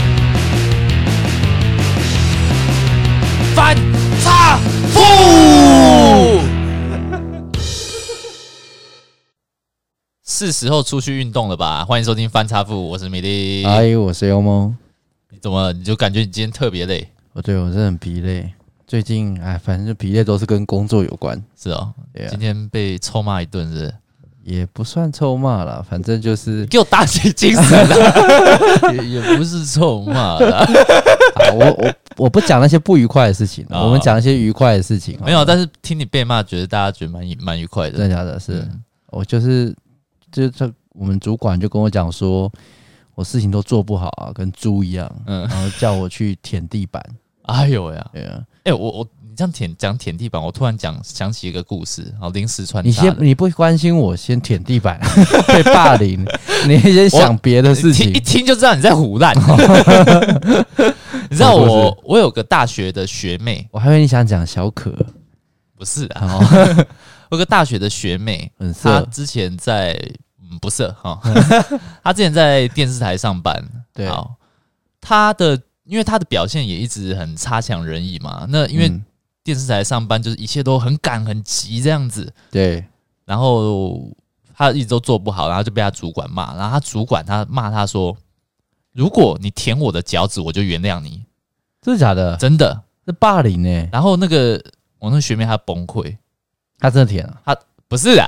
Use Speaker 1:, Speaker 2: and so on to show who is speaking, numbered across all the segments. Speaker 1: 是时候出去运动了吧？欢迎收听翻差富，我是米粒。
Speaker 2: 嗨，哎我是欧梦。
Speaker 1: 你怎么了你就感觉你今天特别累？
Speaker 2: 哦，对，我真的很疲累。最近哎，反正就疲累都是跟工作有关，
Speaker 1: 是哦，
Speaker 2: 对啊
Speaker 1: 今天被臭骂一顿是不是？
Speaker 2: 也不算臭骂啦，反正就是
Speaker 1: 给我打起精神啊来， 也也不是臭骂 啦，
Speaker 2: 啊，我我 我不讲那些不愉快的事情，啊
Speaker 1: 哦
Speaker 2: 我们讲一些愉快的事情。啊
Speaker 1: 没有。但是听你被骂，觉得大家觉得蛮蛮愉快
Speaker 2: 真
Speaker 1: 的。
Speaker 2: 的假的？是
Speaker 1: 嗯
Speaker 2: 我就是就是他我们主管就跟我讲说，我事情都做不好啊，跟猪一样，
Speaker 1: 嗯
Speaker 2: 然后叫我去舔地板。
Speaker 1: 哎呦呀，
Speaker 2: 对啊，
Speaker 1: 哎、我我你这样舔讲舔地板，我突然讲想起一个故事，好临时穿
Speaker 2: 你
Speaker 1: 插
Speaker 2: 先
Speaker 1: 的。
Speaker 2: 你不关心我，先舔地板 被霸凌， 你先想别 的事
Speaker 1: 一听一
Speaker 2: 情。
Speaker 1: 听就知道你在胡 乱。 你知道
Speaker 2: 什么
Speaker 1: 我我有个大学的学妹，
Speaker 2: 我还以为你想讲小可，
Speaker 1: 不是啊，
Speaker 2: 哦，
Speaker 1: 我有个大学的学妹，
Speaker 2: 很
Speaker 1: 她
Speaker 2: 色，
Speaker 1: 之前在嗯不是 哈，她之前在电视台上班，
Speaker 2: 对
Speaker 1: 好，她的因为她的表现也一直很差强人意嘛，那因为
Speaker 2: 嗯
Speaker 1: 电视台上班就是一切都很赶很急这样子，
Speaker 2: 对
Speaker 1: 然后她一直都做不好，然后就被她主管骂，然后她主管她骂她说，如果你舔我的脚趾，我就原谅你，
Speaker 2: 真的假的？
Speaker 1: 真的。
Speaker 2: 这霸凌欸呢？
Speaker 1: 然后那个我那个学妹她崩溃，
Speaker 2: 他真的舔啊，
Speaker 1: 不是啊，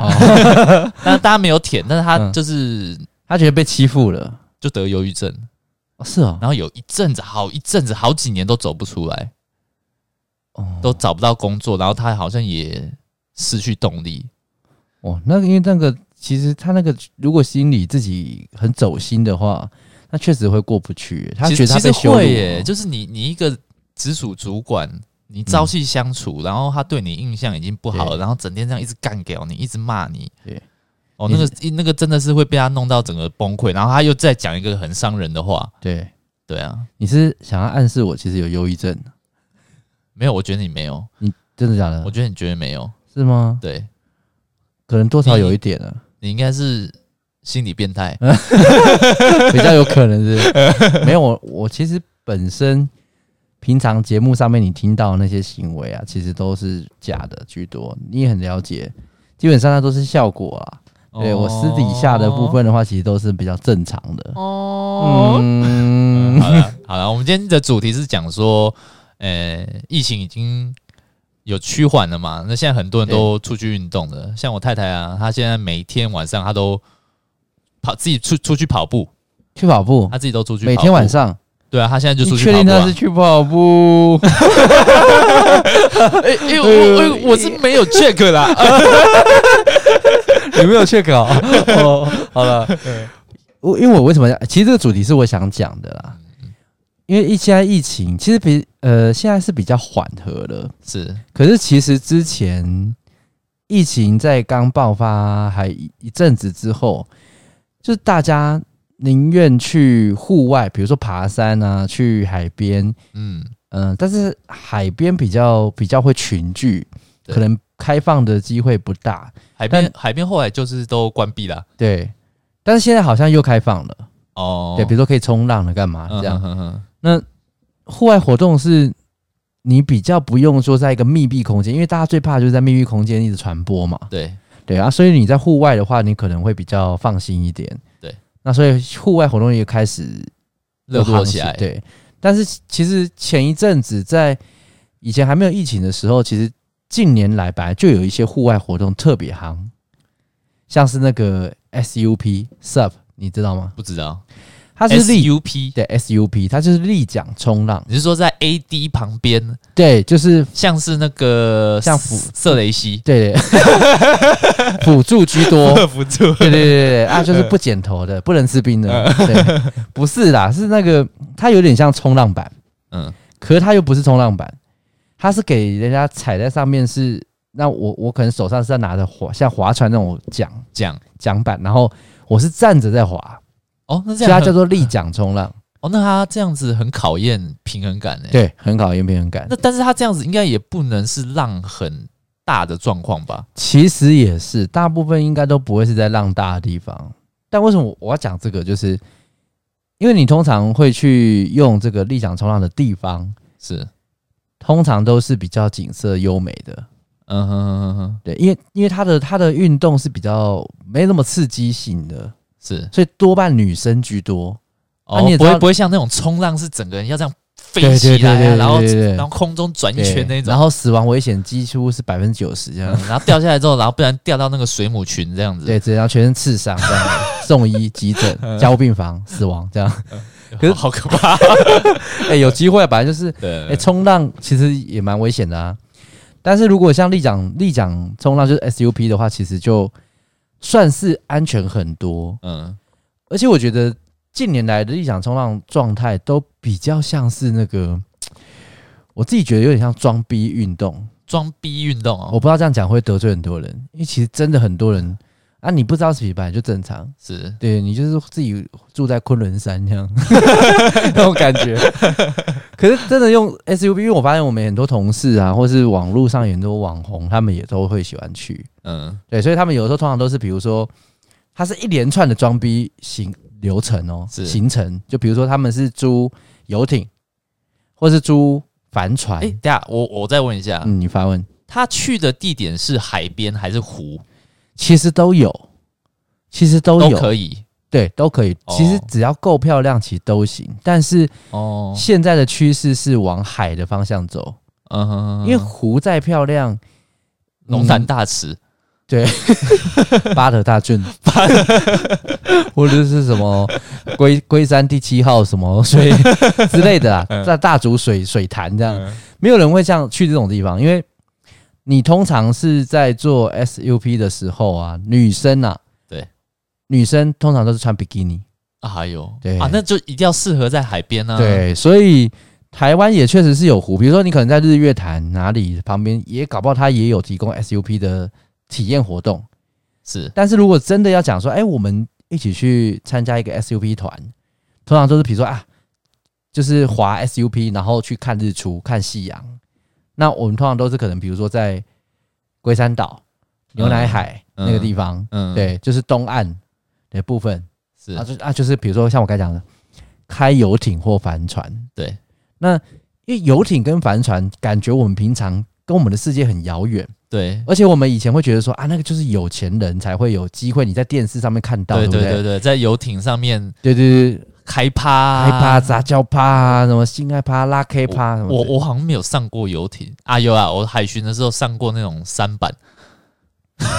Speaker 1: 但大家没有舔，但是她
Speaker 2: 嗯
Speaker 1: 就是
Speaker 2: 他觉得被欺负了。
Speaker 1: 就得忧郁症，
Speaker 2: 哦是哦，
Speaker 1: 然后有一阵子，好一阵子，好几年都走不出来，
Speaker 2: 哦
Speaker 1: 都找不到工作，然后她好像也失去动力。
Speaker 2: 哦，那个因为那个其实他那个如果心里自己很走心的话，那确实会过不去。欸他
Speaker 1: 其
Speaker 2: 觉
Speaker 1: 实
Speaker 2: 得他
Speaker 1: 其
Speaker 2: 被
Speaker 1: 实
Speaker 2: 羞辱哦
Speaker 1: 会耶，
Speaker 2: 了，
Speaker 1: 就是你你一个直属主管，你朝夕相处，然后他对你印象已经不好了，
Speaker 2: 嗯对
Speaker 1: 然后整天这样一直干掉你，一直骂你
Speaker 2: 对。
Speaker 1: 哦，那个一那个真的是会被他弄到整个崩溃，然后他又再讲一个很伤人的话。
Speaker 2: 对，
Speaker 1: 对啊，
Speaker 2: 你是想要暗示我其实有忧郁症？
Speaker 1: 没有，我觉得你没有，
Speaker 2: 真的假
Speaker 1: 我
Speaker 2: 的？
Speaker 1: 觉得你绝对没有。
Speaker 2: 是吗？
Speaker 1: 对
Speaker 2: 可能多少有一点啊，
Speaker 1: 你应该是心理变态。
Speaker 2: 嗯 比较有可能是。没有我，我其实本身平常节目上面你听到的那些行为啊，其实都是假的居多，你也很了解。基本上它都是效果啊，
Speaker 1: 哦
Speaker 2: 对我私底下的部分的话，其实都是比较正常的。
Speaker 1: 哦。
Speaker 2: 嗯，
Speaker 1: 好了，好了，我们今天的主题是讲说，呃，疫情已经有趋缓了嘛？那现在很多人都出去运动了，像我太太啊，她现在每天晚上她都跑自己出出去跑步，
Speaker 2: 啊去跑步，
Speaker 1: 她自己都出去跑
Speaker 2: 每
Speaker 1: 步
Speaker 2: 天晚，上。
Speaker 1: 对啊，她现在就
Speaker 2: 你
Speaker 1: 出去
Speaker 2: 确
Speaker 1: 跑
Speaker 2: 定
Speaker 1: 步、
Speaker 2: 他
Speaker 1: 啊
Speaker 2: 是。去跑 步？
Speaker 1: 哎、因为我我我是没有 check 啦，呃
Speaker 2: 有没有确搞？ 哦，好了，我因为我为什么要？其实这个主题是我想讲的啦，因为疫现在疫情其实比呃现在是比较缓和了，
Speaker 1: 是
Speaker 2: 可是其实之前疫情在刚爆发还一一阵子之后，就是大家宁愿去户外，比如说爬山啊，去海边，
Speaker 1: 嗯，
Speaker 2: 嗯，但是海边比较比较会群聚，
Speaker 1: 对
Speaker 2: 可能开放的机会不大。
Speaker 1: 海边海边后来就是都关闭了
Speaker 2: 对，但是现在好像又开放了，
Speaker 1: 哦，
Speaker 2: 对，比如说可以冲浪了，干嘛
Speaker 1: 嗯
Speaker 2: 这样？
Speaker 1: 哼哼哼
Speaker 2: 户外活动是你比较不用说在一个密闭空间，因为大家最怕就是在密闭空间一直传播嘛。
Speaker 1: 对，
Speaker 2: 对啊，所以你在户外的话，你可能会比较放心一点。
Speaker 1: 对，
Speaker 2: 那所以户外活动也开始
Speaker 1: 热
Speaker 2: 络
Speaker 1: 络起来，
Speaker 2: 对，但是其实前一阵子在以前还没有疫情的时候，其实近年来本来就有一些户外活动特别夯，像是那个 SUP SUP，你知道吗？
Speaker 1: 不知道
Speaker 2: 它是立
Speaker 1: SUP，
Speaker 2: 对 SUP，它就是立桨冲浪，
Speaker 1: 你是说在 AD 旁边
Speaker 2: 对，就是
Speaker 1: 像是那个
Speaker 2: 像
Speaker 1: 瑟
Speaker 2: 辅
Speaker 1: 瑟雷西
Speaker 2: 对 辅助居多，
Speaker 1: 辅助，
Speaker 2: 对对对对 对啊，就是不剪头的，不能吃冰的，
Speaker 1: 嗯
Speaker 2: 对，不是啦，是那个它有点像冲浪板。
Speaker 1: 嗯，
Speaker 2: 可是它又不是冲浪板，它是给人家踩在上面是，那我我可能手上是要拿着划像划船那种桨
Speaker 1: 这样
Speaker 2: 桨板，然后我是站着在划，
Speaker 1: 哦，那这
Speaker 2: 所以它
Speaker 1: 样
Speaker 2: 叫
Speaker 1: 很
Speaker 2: 做立桨冲浪，
Speaker 1: 哦，那他这样子很考验平衡感诶。，
Speaker 2: 对，很考验平衡感
Speaker 1: 嗯那。但是他这样子应该也不能是浪很大的状况吧？
Speaker 2: 其实也是，大部分应该都不会是在浪大的地方，但为什么我我要讲这个，就是因为你通常会去用这个立桨冲浪的地方，
Speaker 1: 是，
Speaker 2: 通常都是比较景色优美的，
Speaker 1: 嗯哼哼哼哼，
Speaker 2: 对，因为因为他的他的运动是比较没那么刺激性的，
Speaker 1: 是
Speaker 2: 所以多半女生居多。
Speaker 1: 哦
Speaker 2: 啊你，也
Speaker 1: 不
Speaker 2: 知
Speaker 1: 会
Speaker 2: 道
Speaker 1: 不会像那种冲浪是整个人要这样飞
Speaker 2: 对
Speaker 1: 起
Speaker 2: 对
Speaker 1: 来
Speaker 2: 对
Speaker 1: 啊，
Speaker 2: 对
Speaker 1: 然后
Speaker 2: 对对对
Speaker 1: 然后空中转一
Speaker 2: 对
Speaker 1: 圈那种
Speaker 2: 然，后死亡危险几乎是百分之九十这样
Speaker 1: 嗯，然后掉下来之后，然后不然掉到那个水母群这样子。
Speaker 2: 对，只要全身刺伤这 样，送医急诊、加护病房、死亡这样。
Speaker 1: 可是好可怕。
Speaker 2: 哎、有机会啊，本来就是，哎、
Speaker 1: 对，
Speaker 2: 冲浪其实也蛮危险的啊。但是如果像立桨立桨冲浪就是 SUP 的话，其实就算是安全很多。
Speaker 1: 嗯，
Speaker 2: 而且我觉得近年来的立桨冲浪状态都比较像是那个，我自己觉得有点像装逼运动。
Speaker 1: 装逼运动
Speaker 2: 我
Speaker 1: 哦，
Speaker 2: 不知道这样讲会得罪很多人，因为其实真的很多人啊，你不知道是品牌就正常，
Speaker 1: 是
Speaker 2: 对你就是自己住在昆仑山这样那种感觉。可是真的用 SUV，因为我发现我们很多同事啊，或是网络上有很多网红，他们也都会喜欢去。
Speaker 1: 嗯，
Speaker 2: 对，所以他们有时候通常都是，比如说，它是一连串的装逼行流程哦，
Speaker 1: 是
Speaker 2: 行程。就比如说他们是租游艇，或是租帆船。
Speaker 1: 哎，等一下我我再问一下，
Speaker 2: 嗯，你发问，
Speaker 1: 他去的地点是海边还是湖
Speaker 2: 其实都有，其实都
Speaker 1: 都
Speaker 2: 有，
Speaker 1: 可以
Speaker 2: 对，都可以。
Speaker 1: 哦
Speaker 2: 其实只要够漂亮，其实都行。但是
Speaker 1: 哦，
Speaker 2: 现在的趋势是往海的方向走，
Speaker 1: 嗯哼哼，
Speaker 2: 因为湖再漂亮，嗯
Speaker 1: 龙潭大池
Speaker 2: 巴德大郡，或者是什么龟龟山第七号什么水之类的啊，在大竹水水潭这
Speaker 1: 嗯
Speaker 2: 样，没有人会像去这种地方，因为你通常是在做 SUP 的时候啊，女生啊，
Speaker 1: 对，
Speaker 2: 女生通常都是穿比基尼，
Speaker 1: 啊，还有
Speaker 2: 对
Speaker 1: 啊，那就一定要适合在海边啊。，
Speaker 2: 对，所以。台湾也确实是有湖，比如说你可能在日月潭哪里旁边，也搞不好它也有提供 SUP 的体验活动。
Speaker 1: 是
Speaker 2: 但是如果真的要讲说，哎、我们一起去参加一个 SUP 团，通常都是比如说啊，就是划 SUP，然后去看日出、看夕阳。那我们通常都是可能，比如说在龟山岛、牛奶海
Speaker 1: 嗯
Speaker 2: 那个地方，
Speaker 1: 嗯，
Speaker 2: 对，就是东岸的部分
Speaker 1: 是
Speaker 2: 啊，就啊，就是比如说像我刚才讲的，开游艇或帆船。
Speaker 1: 对，
Speaker 2: 那因为游艇跟帆船，感觉我们平常跟我们的世界很遥远。
Speaker 1: 对
Speaker 2: 而且我们以前会觉得说啊，那个就是有钱人才会有机会，你在电视上面看到，
Speaker 1: 对
Speaker 2: 不
Speaker 1: 对
Speaker 2: 对？
Speaker 1: 对对，在游艇上面
Speaker 2: 对对对，
Speaker 1: 开趴啊
Speaker 2: 嗨趴、杂交趴啊，什么性爱趴、拉 K 趴什么
Speaker 1: 我
Speaker 2: 的。
Speaker 1: 我好像没有上过游艇啊，有啊，我海巡的时候上过那种三板。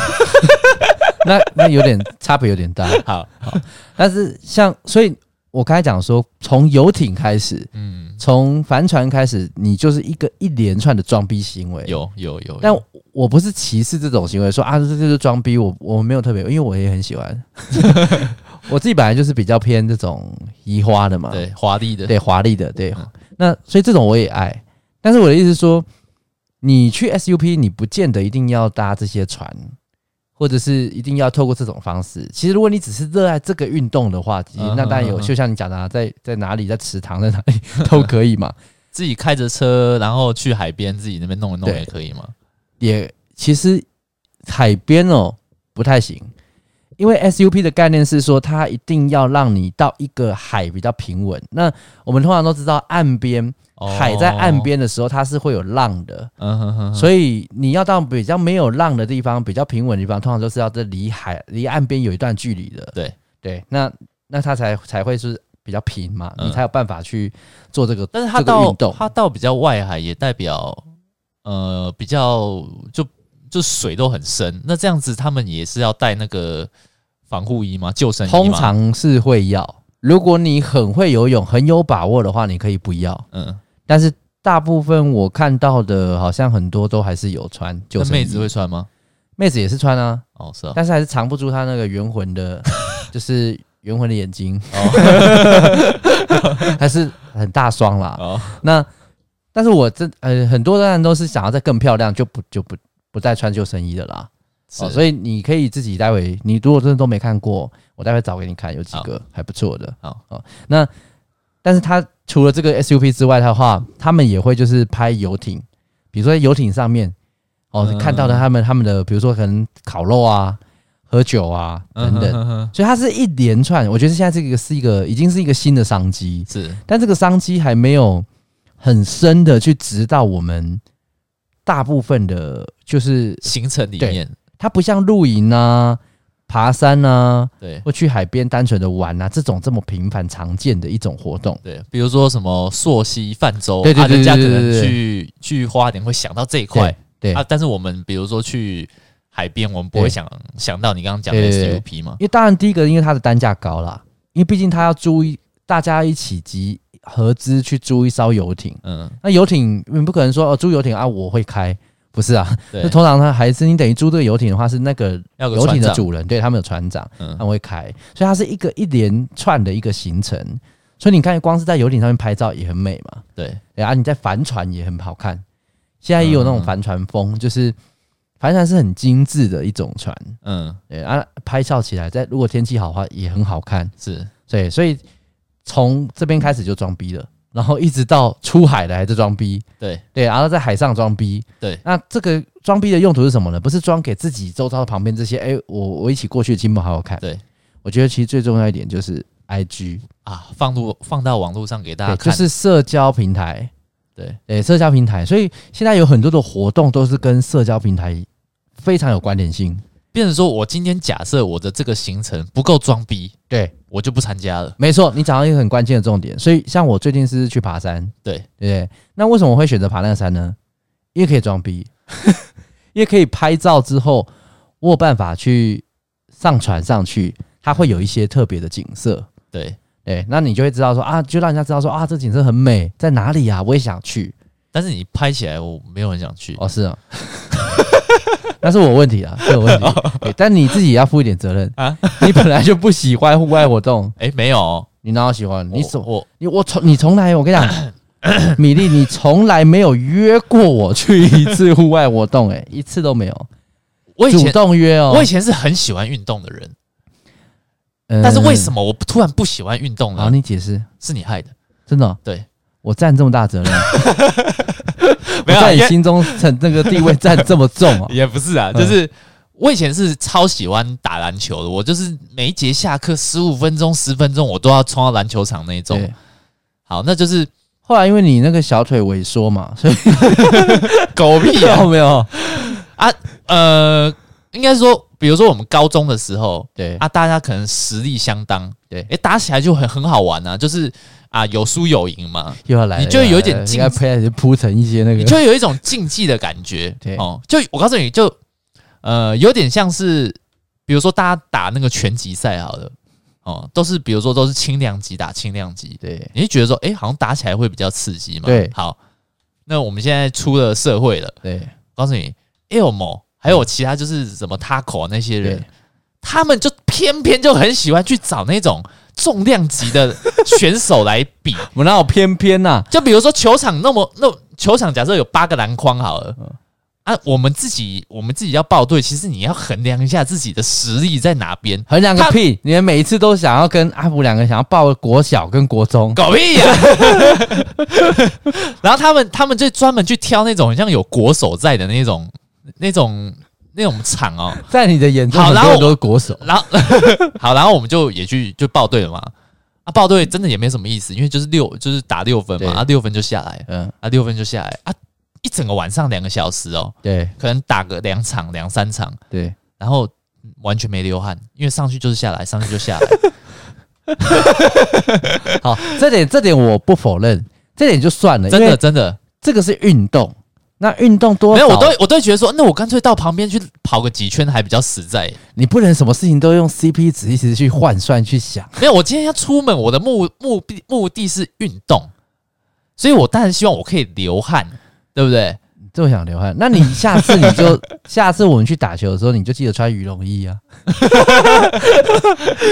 Speaker 2: 那那有点差别有点大，
Speaker 1: 好，
Speaker 2: 但是像所以，我刚才讲说，从游艇开始，
Speaker 1: 嗯，
Speaker 2: 从帆船开始，你就是一个一连串的装逼行为。，
Speaker 1: 有有有，
Speaker 2: 但
Speaker 1: 有
Speaker 2: 我我不是歧视这种行为，说啊这这就是装逼，我我没有特别，因为我也很喜欢。我自己本来就是比较偏这种移花的嘛，
Speaker 1: 对华丽的，
Speaker 2: 对，华丽的，对。
Speaker 1: 嗯
Speaker 2: 那所以这种我也爱，但是我的意思是说，你去 SUP，你不见得一定要搭这些船，或者是一定要透过这种方式。其实如果你只是热爱这个运动的话，其实
Speaker 1: 嗯
Speaker 2: 那当然
Speaker 1: 嗯
Speaker 2: 有，
Speaker 1: 嗯
Speaker 2: 就像你讲的、啊，在在哪里，在池塘，在哪里都可以嘛。
Speaker 1: 自己开着车，然后去海边自己那边弄一弄
Speaker 2: 对
Speaker 1: 也可以嘛。
Speaker 2: 也其实海边哦不太行。因为 SUP 的概念是说，它一定要让你到一个海比较平稳。那我们通常都知道，岸边、
Speaker 1: 哦
Speaker 2: 海在岸，边的时候，它是会有浪的。
Speaker 1: 嗯哼哼，
Speaker 2: 所以你要到比较没有浪的地方，比较平稳的地方，通常都是要在离海、离岸边有一段距离的。
Speaker 1: 对
Speaker 2: 对，那那它才才会是比较平嘛，
Speaker 1: 嗯
Speaker 2: 你才有办法去做这个。
Speaker 1: 但是它
Speaker 2: 这个
Speaker 1: 到
Speaker 2: 运动
Speaker 1: 它到比较外海，也代表呃比较就就水都很深，那这样子他们也是要带那个防护衣吗？救生衣吗
Speaker 2: 通，常是会要，如果你很会游泳、很有把握的话，你可以不要。
Speaker 1: 嗯，
Speaker 2: 但是大部分我看到的，好像很多都还是有穿救
Speaker 1: 那
Speaker 2: 生衣。
Speaker 1: 妹子会穿吗？
Speaker 2: 妹子也是穿啊，
Speaker 1: 哦， 是啊，
Speaker 2: 但是还是藏不住她那个圆魂的， 就是圆魂的眼睛，
Speaker 1: 哦
Speaker 2: 还是很大双啦。
Speaker 1: 哦，
Speaker 2: 那但是我这呃很多当然都是想要再更漂亮，就不就不不再穿救生衣的啦。哦，
Speaker 1: 以
Speaker 2: 所以你可以自己待会，你如果真的都没看过，我待会找给你看，有几个还不错的。
Speaker 1: 好
Speaker 2: 哦，那但是它除了这个 SUP 之外的话，他们也会就是拍游艇，比如说在游艇上面，哦，
Speaker 1: 嗯
Speaker 2: 你看到的他们他们的，比如说可能烤肉啊、喝酒啊等等，
Speaker 1: 嗯哼哼哼
Speaker 2: 所以它是一连串。我觉得现在这个是一个已经是一个新的商机，
Speaker 1: 是
Speaker 2: 但这个商机还没有很深的去指导我们大部分的，就是
Speaker 1: 行程里面，
Speaker 2: 它不像露营啊、爬山啊，
Speaker 1: 对
Speaker 2: 或去海边单纯的玩啊这种这么频繁常见的一种活动。
Speaker 1: 对，比如说什么溯溪、泛舟，
Speaker 2: 对对
Speaker 1: 啊
Speaker 2: 对
Speaker 1: 人家可
Speaker 2: 对对
Speaker 1: 能
Speaker 2: 对对
Speaker 1: 去去花莲会想到这一块
Speaker 2: 对，
Speaker 1: 啊，但是我们比如说去海边，我们不会
Speaker 2: 对
Speaker 1: 想想到你刚刚讲的
Speaker 2: 对对对
Speaker 1: SUP 嘛，
Speaker 2: 因为当然第一个，因为它的单价高啦，因为毕竟它要租一，大家一起集合资去租一艘游艇。
Speaker 1: 嗯，
Speaker 2: 那游艇你不可能说哦，租游艇啊，我会开，不是啊？
Speaker 1: 对
Speaker 2: 那，通常它还是你等于租这个游艇的话，是那个
Speaker 1: 要有个
Speaker 2: 游艇
Speaker 1: 船
Speaker 2: 的
Speaker 1: 长，
Speaker 2: 主人，对他们有船长，
Speaker 1: 嗯
Speaker 2: 他们会开，所以它是一个一连串的一个行程。所以你看，光是在游艇上面拍照也很美嘛，
Speaker 1: 对，
Speaker 2: 然后、啊、你在帆船也很好看。现在也有那
Speaker 1: 嗯
Speaker 2: 种
Speaker 1: 嗯
Speaker 2: 帆船风，就是帆船是很精致的一种船，
Speaker 1: 嗯，
Speaker 2: 对啊，拍照起来在如果天气好的话也很好看，
Speaker 1: 是
Speaker 2: 对，所以从这边开始就装逼了，然后一直到出海了还在装逼，
Speaker 1: 对，
Speaker 2: 对，然后在海上装逼，
Speaker 1: 对，
Speaker 2: 那这个装逼的用途是什么呢？不是装给自己周遭旁边这些，哎、我我一起过去的亲朋好友看，
Speaker 1: 对，
Speaker 2: 我觉得其实最重要一点就是 I G，
Speaker 1: 啊，放入放到网络上给大家
Speaker 2: 对，
Speaker 1: 看，
Speaker 2: 就是社交平台，
Speaker 1: 对
Speaker 2: 对，社交平台，所以现在有很多的活动都是跟社交平台非常有关联性，
Speaker 1: 变成说我今天假设我的这个行程不够装逼，
Speaker 2: 对，
Speaker 1: 我就不参加了。
Speaker 2: 没错，你讲到一个很关键的重点。所以，像我最近是去爬山，
Speaker 1: 对
Speaker 2: 对不对？那为什么我会选择爬那个山呢？因为可以装逼，因为可以拍照之后，我有办法去上传上去，它会有一些特别的景色。
Speaker 1: 对，
Speaker 2: 对，那你就会知道说啊，就让人家知道说啊，这景色很美，在哪里啊？我也想去。
Speaker 1: 但是你拍起来我没有很想去。
Speaker 2: 哦， 是啊，那是我问题啊，是我问题。对但你自己也要负一点责任
Speaker 1: 啊
Speaker 2: 啊，你本来就不喜欢户外活动，
Speaker 1: 哎、没有哦，
Speaker 2: 你哪有喜欢？你
Speaker 1: 我
Speaker 2: 怎么？
Speaker 1: 我
Speaker 2: 你我从你从来我跟 你讲，米粒，你从来没有约过我去一次户外活动、欸，哎，一次都没有，
Speaker 1: 我以
Speaker 2: 主
Speaker 1: 前
Speaker 2: 动约哦、
Speaker 1: 我以前是很喜欢运动的人，
Speaker 2: 嗯
Speaker 1: 但是为什么我突然不喜欢运动
Speaker 2: 好，
Speaker 1: 了？
Speaker 2: 你解释，
Speaker 1: 是你害的，
Speaker 2: 真的哦、
Speaker 1: 对
Speaker 2: 我占这么大 责任，
Speaker 1: 没
Speaker 2: 我
Speaker 1: 有啊
Speaker 2: 在你
Speaker 1: 也
Speaker 2: 心中成那个地位占这么重 哦、
Speaker 1: 也不是啊，
Speaker 2: 嗯
Speaker 1: 就是。我以前是超喜欢打篮球的，我就是每一节下课十五分钟、十分钟，我都要冲到篮球场那一种
Speaker 2: 对。，
Speaker 1: 好，那就是
Speaker 2: 后来因为你那个小腿萎缩嘛，所以
Speaker 1: 狗屁啊！
Speaker 2: 有 没有？
Speaker 1: 呃，应该说，比如说我们高中的时候，
Speaker 2: 对
Speaker 1: 啊，大家可能实力相当，
Speaker 2: 对
Speaker 1: 诶，打起来就很很好玩啊，就是啊，有输有赢嘛，
Speaker 2: 又要来了，
Speaker 1: 你就有一点
Speaker 2: 又要来了
Speaker 1: 竞
Speaker 2: 应该开始铺成一些那
Speaker 1: 你
Speaker 2: 个，
Speaker 1: 就会有一种竞技的感觉，
Speaker 2: 对
Speaker 1: 哦，就我告诉你就，呃，有点像是，比如说大家打那个拳击赛好了，哦，都是比如说都是轻量级打轻量级，
Speaker 2: 对
Speaker 1: 你就觉得说，诶，好像打起来会比较刺激嘛，
Speaker 2: 对
Speaker 1: 好，那我们现在出了社会了，
Speaker 2: 对
Speaker 1: 告诉你，Elmo 还有其他就是什么 Taco 啊那些人
Speaker 2: 对，
Speaker 1: 他们就偏偏就很喜欢去找那种重量级的选手来比。
Speaker 2: 我哪有偏偏呐、
Speaker 1: 就比如说球场那么那球场，假设有八个篮筐好了。
Speaker 2: 嗯
Speaker 1: 啊，我们自己我们自己要报队，其实你要衡量一下自己的实力在哪边。
Speaker 2: 衡量个
Speaker 1: 他
Speaker 2: 屁！你们每一次都想要跟阿福两个人想要报国小跟国中，
Speaker 1: 狗屁呀、 然后他们他们就专门去挑那种很像有国手在的那种那种那种场哦，
Speaker 2: 在你的眼中，
Speaker 1: 好
Speaker 2: 很
Speaker 1: 然
Speaker 2: 多
Speaker 1: 后
Speaker 2: 人都是国手。
Speaker 1: 然后 好，然后我们就也去就报队了嘛。啊，报队真的也没什么意思，因为就是六就是打六分嘛，
Speaker 2: 对
Speaker 1: 啊六分就下来，
Speaker 2: 嗯，
Speaker 1: 啊六分就下来，啊一整个晚上两个小时哦，
Speaker 2: 对
Speaker 1: 可能打个两场两三场，
Speaker 2: 对，
Speaker 1: 然后完全没流汗，因为上去就是下来，上去就下来，
Speaker 2: 好，这点这点我不否认，这点就算了，
Speaker 1: 真
Speaker 2: 因
Speaker 1: 的
Speaker 2: 为
Speaker 1: 真的
Speaker 2: 这个是运动，那运动多
Speaker 1: 没有，我
Speaker 2: 少
Speaker 1: 都我都会觉得说，那我干脆到旁边去跑个几圈还比较实在。
Speaker 2: 你不能什么事情都用 CP 值一直去换算去想，
Speaker 1: 没有，我今天要出门，我的目目的目的是运动，所以我当然希望我可以流汗，对不对？
Speaker 2: 这么想流汗。那你下次你 就下次我们去打球的时候，你就记得穿羽绒衣啊，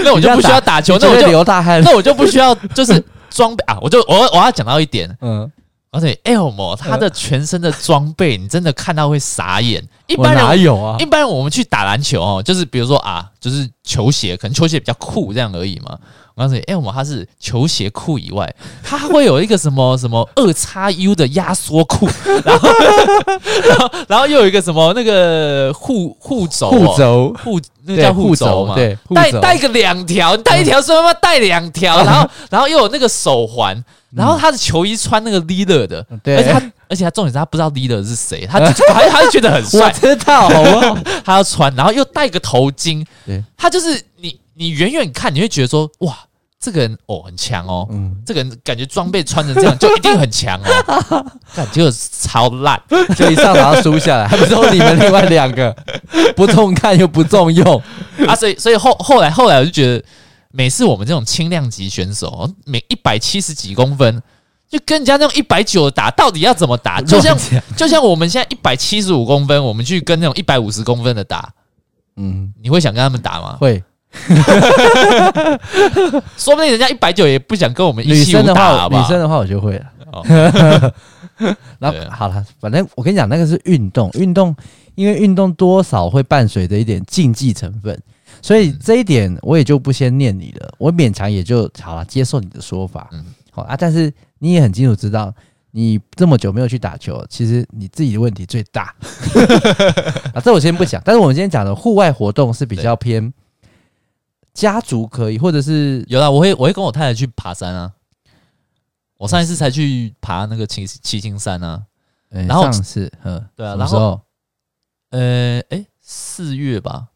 Speaker 1: 那我就不需要打球，那我
Speaker 2: 就
Speaker 1: 就
Speaker 2: 会流大汗。
Speaker 1: 那我就不需要就是装备啊，我就我我要讲到一点，
Speaker 2: 嗯，
Speaker 1: 而且 Elmo 他的全身的装备，你真的看到会傻眼。一
Speaker 2: 我
Speaker 1: 般
Speaker 2: 哪
Speaker 1: 人
Speaker 2: 有啊
Speaker 1: 一？般人我们去打篮球哦，就是比如说啊，就是球鞋，可能球鞋比较酷这样而已嘛。我告诉你，哎、我们它是球鞋裤以外，它还会有一个什么 什么二叉 U 的压缩裤， 然后然后然后又有一个什么那个护护肘、
Speaker 2: 护
Speaker 1: 哦，
Speaker 2: 肘，
Speaker 1: 护那个
Speaker 2: 对
Speaker 1: 叫
Speaker 2: 护
Speaker 1: 护肘嘛，
Speaker 2: 对，护
Speaker 1: 带
Speaker 2: 肘
Speaker 1: 带个两条，你带一条说他妈带两 条，然后然后又有那个手环，然后他的球衣穿那个 leader 的，
Speaker 2: 嗯对
Speaker 1: 而且哎他而且他重点是他不知道 leader 是谁，他 就他他就觉得很
Speaker 2: 我
Speaker 1: 帅，
Speaker 2: 知道，好不好？
Speaker 1: 他要穿，然后又戴个头巾
Speaker 2: 对，
Speaker 1: 他就是你你远远看你会觉得说哇，这个人哦很强哦，
Speaker 2: 嗯，
Speaker 1: 这个人感觉装备穿成这样就一定很强哦， 感觉超烂，
Speaker 2: 就一上场要输下来，还不如你们另外两个不中看又不中用，
Speaker 1: 啊，所以所以后后来后来我就觉得，每次我们这种轻量级选手，每一百七十几公分，就跟人家那种一百九的打，到底要怎么打？就像
Speaker 2: 乱讲
Speaker 1: 就像我们现在一百七十五公分，我们去跟那种一百五十公分的打，
Speaker 2: 嗯，
Speaker 1: 你会想跟他们打吗？
Speaker 2: 会。
Speaker 1: 说不定人家一百九也不想跟我们
Speaker 2: 女
Speaker 1: 一七
Speaker 2: 生
Speaker 1: 五
Speaker 2: 的
Speaker 1: 打，好
Speaker 2: 话，
Speaker 1: 不
Speaker 2: 女
Speaker 1: 好
Speaker 2: 生？的话我就会了。
Speaker 1: 哦
Speaker 2: 然
Speaker 1: 对啊
Speaker 2: 后好了，反正我跟你讲，那个是运动，运动，因为运动多少会伴随着一点竞技成分，所以
Speaker 1: 嗯
Speaker 2: 这一点我也就不先念你了，我勉强也就好了，接受你的说法。
Speaker 1: 嗯
Speaker 2: 好啊，但是你也很清楚知道，你这么久没有去打球，其实你自己的问题最大。 啊，这我先不讲，但是我们今天讲的户外活动是比较偏家族可以，或者是
Speaker 1: 有啦，我会我会跟我太太去爬山啊。我上一次才去爬那个七七星山啊，
Speaker 2: 呃
Speaker 1: 然后
Speaker 2: 上次，嗯，
Speaker 1: 对啊
Speaker 2: 什么
Speaker 1: 然
Speaker 2: 时
Speaker 1: 后
Speaker 2: 候
Speaker 1: 呃，诶，四月吧，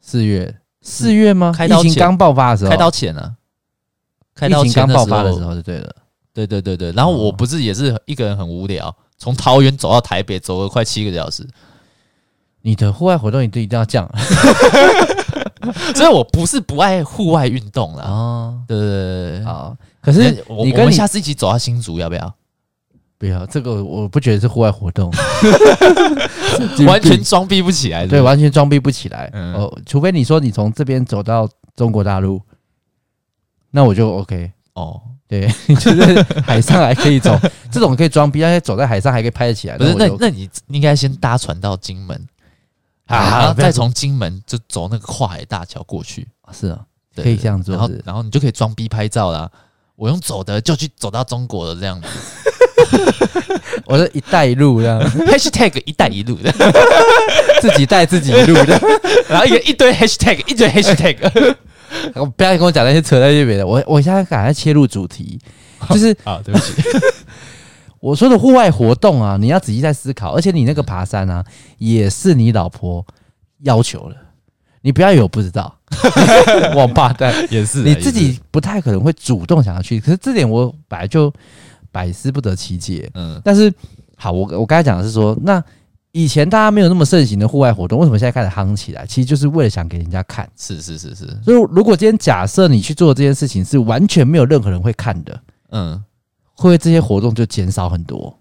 Speaker 2: 四月，四月吗？
Speaker 1: 开
Speaker 2: 疫
Speaker 1: 刀
Speaker 2: 情
Speaker 1: 前
Speaker 2: 刚爆发的时候，
Speaker 1: 开刀前啊，开刀
Speaker 2: 疫情
Speaker 1: 前
Speaker 2: 刚
Speaker 1: 的
Speaker 2: 爆发的
Speaker 1: 时
Speaker 2: 时
Speaker 1: 候，
Speaker 2: 候就对了。
Speaker 1: 对对对对，然后我
Speaker 2: 哦
Speaker 1: 不是也是一个人很无聊，从桃园走到台北，走了快七个小时，
Speaker 2: 你的户外活动你就一定要降
Speaker 1: 所以我不是不爱户外运动啦。
Speaker 2: 哦，
Speaker 1: 对对对对
Speaker 2: 好。可
Speaker 1: 对，
Speaker 2: 是
Speaker 1: 那我
Speaker 2: 你
Speaker 1: 我
Speaker 2: 跟
Speaker 1: 们
Speaker 2: 你
Speaker 1: 下次一起走到新竹要不要？
Speaker 2: 不要这个，我不觉得是户外活 动，神经病
Speaker 1: 完全装逼不起来是不
Speaker 2: 对，
Speaker 1: 是，
Speaker 2: 完全装逼不起来。
Speaker 1: 嗯
Speaker 2: 哦，除非你说你从这边走到中国大陆，那我就 OK。
Speaker 1: 哦，
Speaker 2: 对， 就是海上还可以走，这种可以装逼，而且走在海上还可以拍得起来。
Speaker 1: 不是，那
Speaker 2: 我就
Speaker 1: 那你应该先搭船到金门然
Speaker 2: 啊，
Speaker 1: 后
Speaker 2: 不要
Speaker 1: 再从金门就走那个跨海大桥过去，
Speaker 2: 是啊，
Speaker 1: 对
Speaker 2: 可以这样做
Speaker 1: 然后
Speaker 2: 是
Speaker 1: 然后你就可以装逼拍照啦。我用走的就去走到中国了，这样子。
Speaker 2: 我是一带一路这样，
Speaker 1: #hashtag 一带一路的，
Speaker 2: 自己带自己一路这样。
Speaker 1: 然后一个一堆 #hashtag 一堆 #hashtag
Speaker 2: 我不要跟我讲那些扯那些别的，我我现在赶快切入主 题，就是
Speaker 1: 啊，对不起，
Speaker 2: 我说的户外活动啊，你要仔细在思考，而且你那个爬山啊，也是你老婆要求了，你不要以为我不知道， 王八蛋，
Speaker 1: 也是啊
Speaker 2: 你
Speaker 1: 也
Speaker 2: 自，
Speaker 1: 是
Speaker 2: 己不太可能会主动想要去，可是这点我本来就百思不得其解。
Speaker 1: 嗯，
Speaker 2: 但是好，我我刚才讲的是说，那以前大家没有那么盛行的户外活动，为什么现在开始夯起来？其实就是为了想给人家看。
Speaker 1: 是是是是，
Speaker 2: 所以，如果今天假设你去做这件事情是完全没有任何人会看的，
Speaker 1: 嗯，
Speaker 2: 会不会这些活动就减少很多？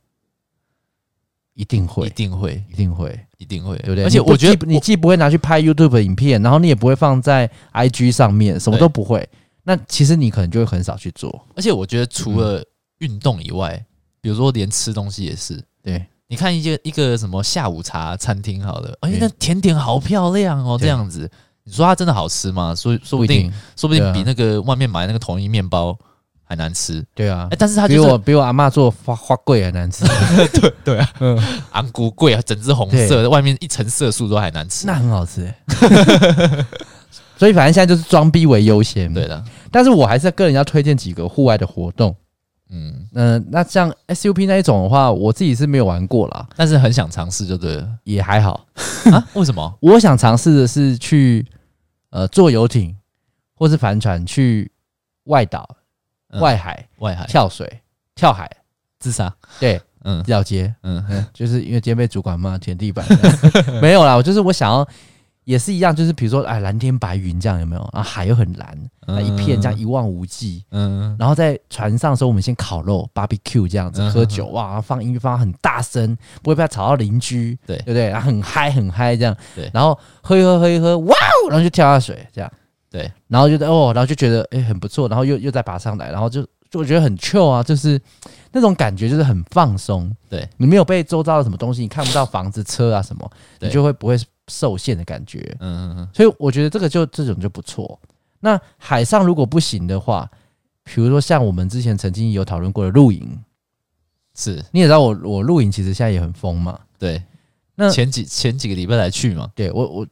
Speaker 2: 一定会，
Speaker 1: 一定会，
Speaker 2: 一定会，
Speaker 1: 一定会，
Speaker 2: 对不对？
Speaker 1: 而且我觉
Speaker 2: 你
Speaker 1: 得
Speaker 2: 不既你
Speaker 1: 我，
Speaker 2: 既不会拿去拍 YouTube 影片，然后你也不会放在 IG 上面，什么
Speaker 1: 对
Speaker 2: 都不会。那其实你可能就会很少去做。
Speaker 1: 而且我觉得除了运动以外，比如说连吃东西也是。
Speaker 2: 对，
Speaker 1: 你看一些一个什么下午茶餐厅好了，哎、
Speaker 2: 对
Speaker 1: 那甜点好漂亮哦，
Speaker 2: 嗯对
Speaker 1: 这样子，你说它真的好吃吗？说说不
Speaker 2: 不一
Speaker 1: 定，
Speaker 2: 定。
Speaker 1: 说不定
Speaker 2: 对啊
Speaker 1: 比那个外面买那个统一面包还难吃。
Speaker 2: 对啊
Speaker 1: 哎、，但是它
Speaker 2: 比
Speaker 1: 就是
Speaker 2: 我比我阿嬷做花花桂 还难吃，
Speaker 1: 昂古贵啊，整只红色的，外面一层色素都还难吃。
Speaker 2: 那很好吃、欸。 所以反正现在就是装逼为优先。
Speaker 1: 对，的，
Speaker 2: 但是我还是个人要推荐几个户外的活动。
Speaker 1: 嗯，
Speaker 2: 嗯、那像 SUP 那一种的话，我自己是没有玩过啦，
Speaker 1: 但是很想尝试就对 了
Speaker 2: 也还好。
Speaker 1: 啊？为什么？
Speaker 2: 我想尝试的是去呃坐游艇或是帆船去外岛、
Speaker 1: 嗯
Speaker 2: 外海
Speaker 1: 外海
Speaker 2: 跳水、跳海、
Speaker 1: 自杀？
Speaker 2: 对，
Speaker 1: 嗯
Speaker 2: 跳街，
Speaker 1: 嗯
Speaker 2: 嗯，就是因为今天被主管骂舔地板， 没有啦，我就是我想要。也是一样，就是比如说，哎，蓝天白云这样有没有啊？海又很蓝，那一片这样一望无际。
Speaker 1: 嗯，
Speaker 2: 然后在船上的时候，我们先烤肉、barbecue 这样子，
Speaker 1: 嗯
Speaker 2: 喝酒哇，放音乐放很大声，不会被他吵到邻居，
Speaker 1: 对
Speaker 2: 对不对？然后很嗨很嗨这样，
Speaker 1: 对
Speaker 2: 然后喝一喝喝一喝，哇哦，然后就跳下水这样，
Speaker 1: 对，
Speaker 2: 然后就哦，然后就觉得哎很不错，然后又又再爬上来，然后就就我觉得很 chill 啊，就是那种感觉就是很放松，
Speaker 1: 对
Speaker 2: 你没有被周遭的什么东西，你看不到房子、车啊什么，你
Speaker 1: 对
Speaker 2: 就会不会受限的感觉，
Speaker 1: 嗯嗯嗯
Speaker 2: 所以我觉得这个就这种就不错。那海上如果不行的话，比如说像我们之前曾经有讨论过的露营，
Speaker 1: 是
Speaker 2: 你也知道我我露营其实现在也很疯嘛。
Speaker 1: 对。
Speaker 2: 那
Speaker 1: 前几前几个礼拜才去嘛，
Speaker 2: 对我我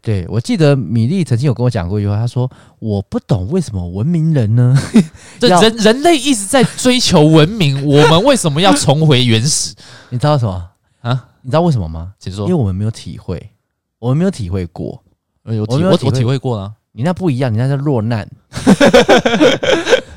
Speaker 2: 对我记得米粒曾经有跟我讲过一句话，她说我不懂为什么文明人呢，
Speaker 1: 这
Speaker 2: 要
Speaker 1: 人 人类一直在追求文明，我们为什么要重回原始？
Speaker 2: 你知道什么
Speaker 1: 啊？
Speaker 2: 你知道为什么吗？
Speaker 1: 请
Speaker 2: 因
Speaker 1: 说
Speaker 2: 为，我们没有体会，我们没有体会过。
Speaker 1: 我呃有
Speaker 2: 我
Speaker 1: 体
Speaker 2: 没有
Speaker 1: 我
Speaker 2: 体
Speaker 1: 我
Speaker 2: 会
Speaker 1: 体会过了啊，
Speaker 2: 你那不一样，你那叫落难。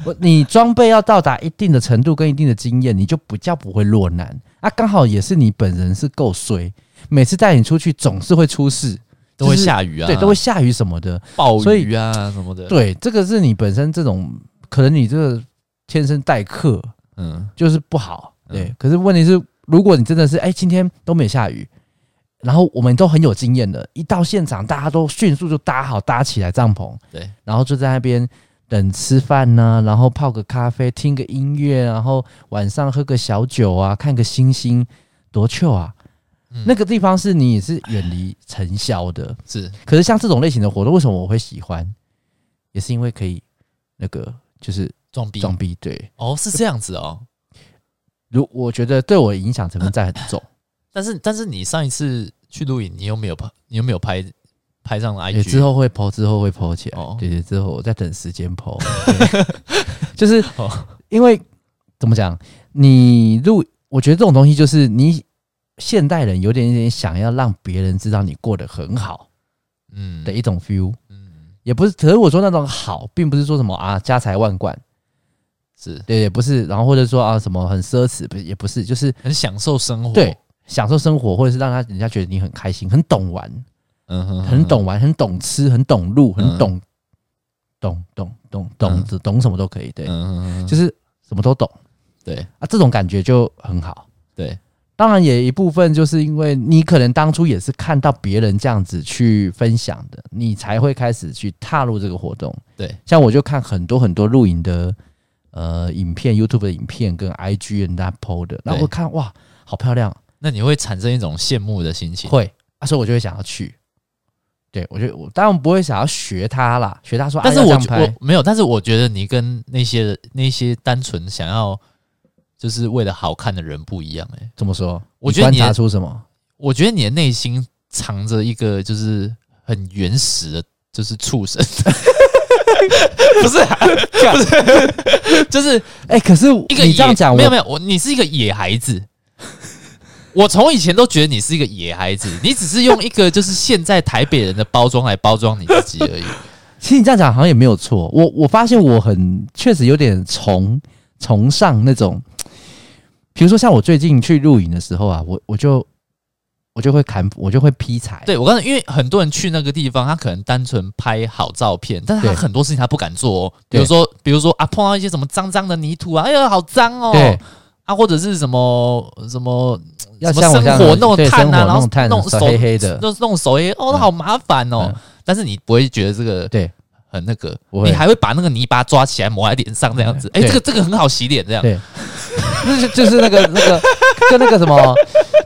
Speaker 2: 我你装备要到达一定的程度跟一定的经验，你就不叫不会落难啊。刚好也是你本人是够衰，每次带你出去总是会出事，
Speaker 1: 都会
Speaker 2: 就是
Speaker 1: 下雨啊，
Speaker 2: 对，都会下雨什么的。
Speaker 1: 暴
Speaker 2: 所以
Speaker 1: 雨啊什么的。，
Speaker 2: 对，这个是你本身这种，可能你这个天生待客
Speaker 1: 嗯，
Speaker 2: 就是不好。对，
Speaker 1: 嗯
Speaker 2: 可是问题是，如果你真的是哎、今天都没下雨，然后我们都很有经验的，一到现场大家都迅速就搭好搭起来帐篷，
Speaker 1: 对，
Speaker 2: 然后就在那边等吃饭呢、然后泡个咖啡，听个音乐，然后晚上喝个小酒啊，看个星星，多 chill 啊！
Speaker 1: 嗯
Speaker 2: 那个地方是你也是远离尘嚣的，
Speaker 1: 是
Speaker 2: 可是像这种类型的活动，为什么我会喜欢？也是因为可以那个就是
Speaker 1: 撞壁
Speaker 2: 装逼对。
Speaker 1: 哦，是这样子哦。
Speaker 2: 如我觉得对我的影响成分在很重，
Speaker 1: 但是但是你上一次去露营，你有没有拍？你有没有拍拍上了
Speaker 2: 也
Speaker 1: IG？
Speaker 2: 哎之后会剖，之后会剖起来。
Speaker 1: 哦
Speaker 2: 对对，之后我在等时间 剖，对就是
Speaker 1: 哦
Speaker 2: 因为怎么讲，你入，我觉得这种东西就是你现代人有点点想要让别人知道你过得很好
Speaker 1: 嗯
Speaker 2: 的一种 feel，、
Speaker 1: 嗯
Speaker 2: 也不是，可是我说那种好，并不是说什么啊家财万贯，
Speaker 1: 是
Speaker 2: 对对，不是，然后或者说啊什么很奢侈，不是也不是，就是
Speaker 1: 很享受生活，
Speaker 2: 对，享受生活，或者是让他人家觉得你很开心，很懂玩，
Speaker 1: 嗯哼，
Speaker 2: 很懂玩，很懂吃，很懂路，很
Speaker 1: 嗯
Speaker 2: 懂，懂懂懂懂懂懂什么都可以，对，
Speaker 1: 嗯哼，嗯哼
Speaker 2: 就是什么都懂
Speaker 1: 对
Speaker 2: 啊，这种感觉就很好。
Speaker 1: 对
Speaker 2: 当然也一部分就是因为你可能当初也是看到别人这样子去分享的，你才会开始去踏入这个活动。
Speaker 1: 对，
Speaker 2: 像我就看很多很多露营的呃影片、YouTube 的影片跟 IG 人家 PO 的，然后我看哇，好漂亮，
Speaker 1: 那你会产生一种羡慕的心情，
Speaker 2: 会啊，所以我就会想要去。对，我就我当然不会想要学他啦，学他说，
Speaker 1: 但是
Speaker 2: 哎
Speaker 1: 我
Speaker 2: 要这
Speaker 1: 觉
Speaker 2: 样拍
Speaker 1: 我没有，但是我觉得你跟那些那些单纯想要就是为了好看的人不一样、欸，
Speaker 2: 怎么说？
Speaker 1: 我觉得
Speaker 2: 你
Speaker 1: 你
Speaker 2: 观察出什么？
Speaker 1: 我觉得你的内心藏着一个就是很原始的，就是畜 生，不是、啊，不是， 就是
Speaker 2: 哎、可是
Speaker 1: 一个
Speaker 2: 你这样
Speaker 1: 野
Speaker 2: 讲，
Speaker 1: 没有
Speaker 2: 我
Speaker 1: 没有，我你是一个野孩子。我从以前都觉得你是一个野孩子，你只是用一个就是现在台北人的包装来包装你自己而已。
Speaker 2: 其实你这样讲好像也没有错。我我发现我很确实有点崇崇尚那种，比如说像我最近去露营的时候啊，我我就我就会砍，我就会劈柴。
Speaker 1: 对我刚才，因为很多人去那个地方，他可能单纯拍好照片，但是他
Speaker 2: 对
Speaker 1: 很多事情他不敢做哦，比
Speaker 2: 对
Speaker 1: 如说，比如说啊，碰到一些什么脏脏的泥土啊，哎呀，好脏哦，
Speaker 2: 对
Speaker 1: 啊，或者是什么什么
Speaker 2: 要
Speaker 1: 什
Speaker 2: 像
Speaker 1: 么
Speaker 2: 我
Speaker 1: 生
Speaker 2: 这样
Speaker 1: 火弄
Speaker 2: 对
Speaker 1: 炭
Speaker 2: 生
Speaker 1: 啊，
Speaker 2: 火
Speaker 1: 然后
Speaker 2: 弄炭
Speaker 1: 弄手
Speaker 2: 黑黑的，
Speaker 1: 弄弄手黑，哦，那好麻烦哦。
Speaker 2: 嗯
Speaker 1: 但是你不会觉得这个
Speaker 2: 对
Speaker 1: 很那个，
Speaker 2: 不会
Speaker 1: 你还会把那个泥巴抓起来抹在脸上这样子，哎，
Speaker 2: 对
Speaker 1: 这个这个很好洗脸这样。
Speaker 2: 对， 那就就是那个那个跟那个什么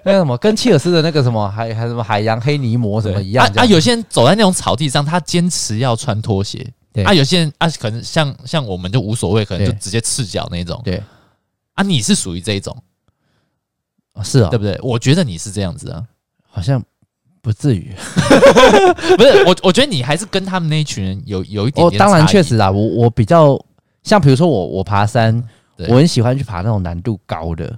Speaker 2: 那个什么跟切尔斯的那个什么海还什么海洋黑泥膜什么一样
Speaker 1: 啊
Speaker 2: 这
Speaker 1: 啊！
Speaker 2: 样
Speaker 1: 有些人走在那种草地上，他坚持要穿拖鞋。
Speaker 2: 对
Speaker 1: 啊，有些人啊，可能像像我们就无所谓，可能就
Speaker 2: 对
Speaker 1: 直接赤脚那种。
Speaker 2: 对
Speaker 1: 啊，你是属于这一种，
Speaker 2: 哦是啊、
Speaker 1: 对不对？我觉得你是这样子啊，
Speaker 2: 好像不至 于。
Speaker 1: 不是我， 我觉得你还是跟他们那一群人有有一点
Speaker 2: 哦，
Speaker 1: 点
Speaker 2: 当然
Speaker 1: 差异
Speaker 2: 确实啦，我我比较像比如说我我爬山，
Speaker 1: 对
Speaker 2: 我很喜欢去爬那种难度高的。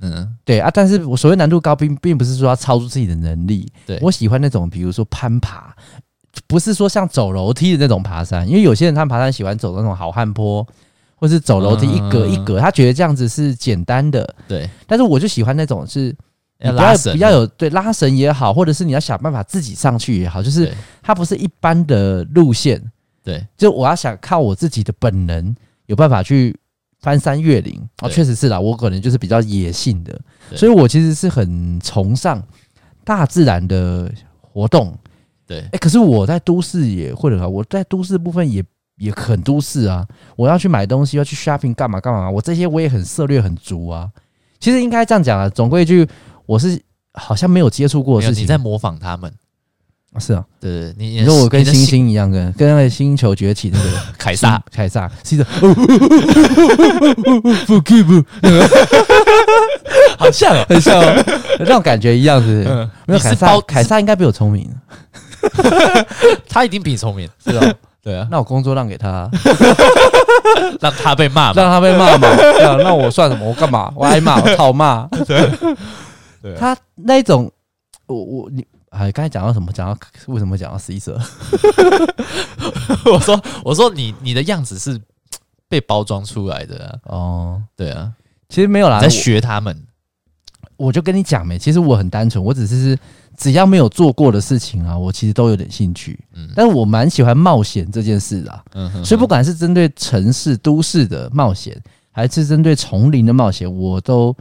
Speaker 1: 嗯，
Speaker 2: 对啊，但是我所谓难度高并并不是说要超出自己的能力，
Speaker 1: 对
Speaker 2: 我喜欢那种比如说攀爬，不是说像走楼梯的那种爬山，因为有些人他们爬山喜欢走那种好汉坡，或是走楼梯一格
Speaker 1: 嗯
Speaker 2: 一格，他觉得这样子是简单的，
Speaker 1: 对，
Speaker 2: 但是我就喜欢那种是你
Speaker 1: 要
Speaker 2: 不要
Speaker 1: 拉绳
Speaker 2: 不要有对拉绳也好，或者是你要想办法自己上去也好，就是
Speaker 1: 对
Speaker 2: 它不是一般的路线，
Speaker 1: 对
Speaker 2: 就我要想靠我自己的本能有办法去翻山越岭啊，
Speaker 1: 对
Speaker 2: 确实是啦，我可能就是比较野性的，
Speaker 1: 对
Speaker 2: 所以我其实是很崇尚大自然的活动。
Speaker 1: 对
Speaker 2: 哎、可是我在都市也会很好，我在都市部分也也很都市啊，我要去买东西，要去 shopping 干嘛干嘛，我这些我也很涉猎很足啊。其实应该这样讲啊，总归一句，我是好像没有接触过
Speaker 1: 没
Speaker 2: 的
Speaker 1: 有你
Speaker 2: 事情。
Speaker 1: 在模仿他们，
Speaker 2: 是啊，
Speaker 1: 对，你
Speaker 2: 你说我跟
Speaker 1: 你的
Speaker 2: 星星一样，跟跟那个星球崛起那个
Speaker 1: 凯撒，
Speaker 2: 凯撒是一种 forgive
Speaker 1: 好像哦
Speaker 2: 很像哦那种感觉一样，是不是
Speaker 1: 嗯？
Speaker 2: 没
Speaker 1: 你
Speaker 2: 有
Speaker 1: 是
Speaker 2: 凯撒，
Speaker 1: 包
Speaker 2: 凯撒应该比我聪明，
Speaker 1: 他一定比你聪明，
Speaker 2: 是哦。
Speaker 1: 对啊，
Speaker 2: 那我工作让给他，
Speaker 1: 让他被骂嘛，
Speaker 2: 让他被骂嘛。对啊那我算什么？我干嘛？我挨骂，我讨骂。
Speaker 1: 对 啊
Speaker 2: 他那一种，我我你哎，刚才讲到什么？讲到为什么讲到 C 色？
Speaker 1: 我说我说你你的样子是被包装出来的、啊，
Speaker 2: 哦，
Speaker 1: 对啊，
Speaker 2: 其实没有啦
Speaker 1: 你，在学他们，
Speaker 2: 我就跟你讲欸没，其实我很单纯，我只是是只要没有做过的事情啊，我其实都有点兴趣。
Speaker 1: 嗯
Speaker 2: 但是我蛮喜欢冒险这件事的啊，
Speaker 1: 嗯哼，
Speaker 2: 所以不管是针对城市、都市的冒险，还是针对丛林的冒险，我都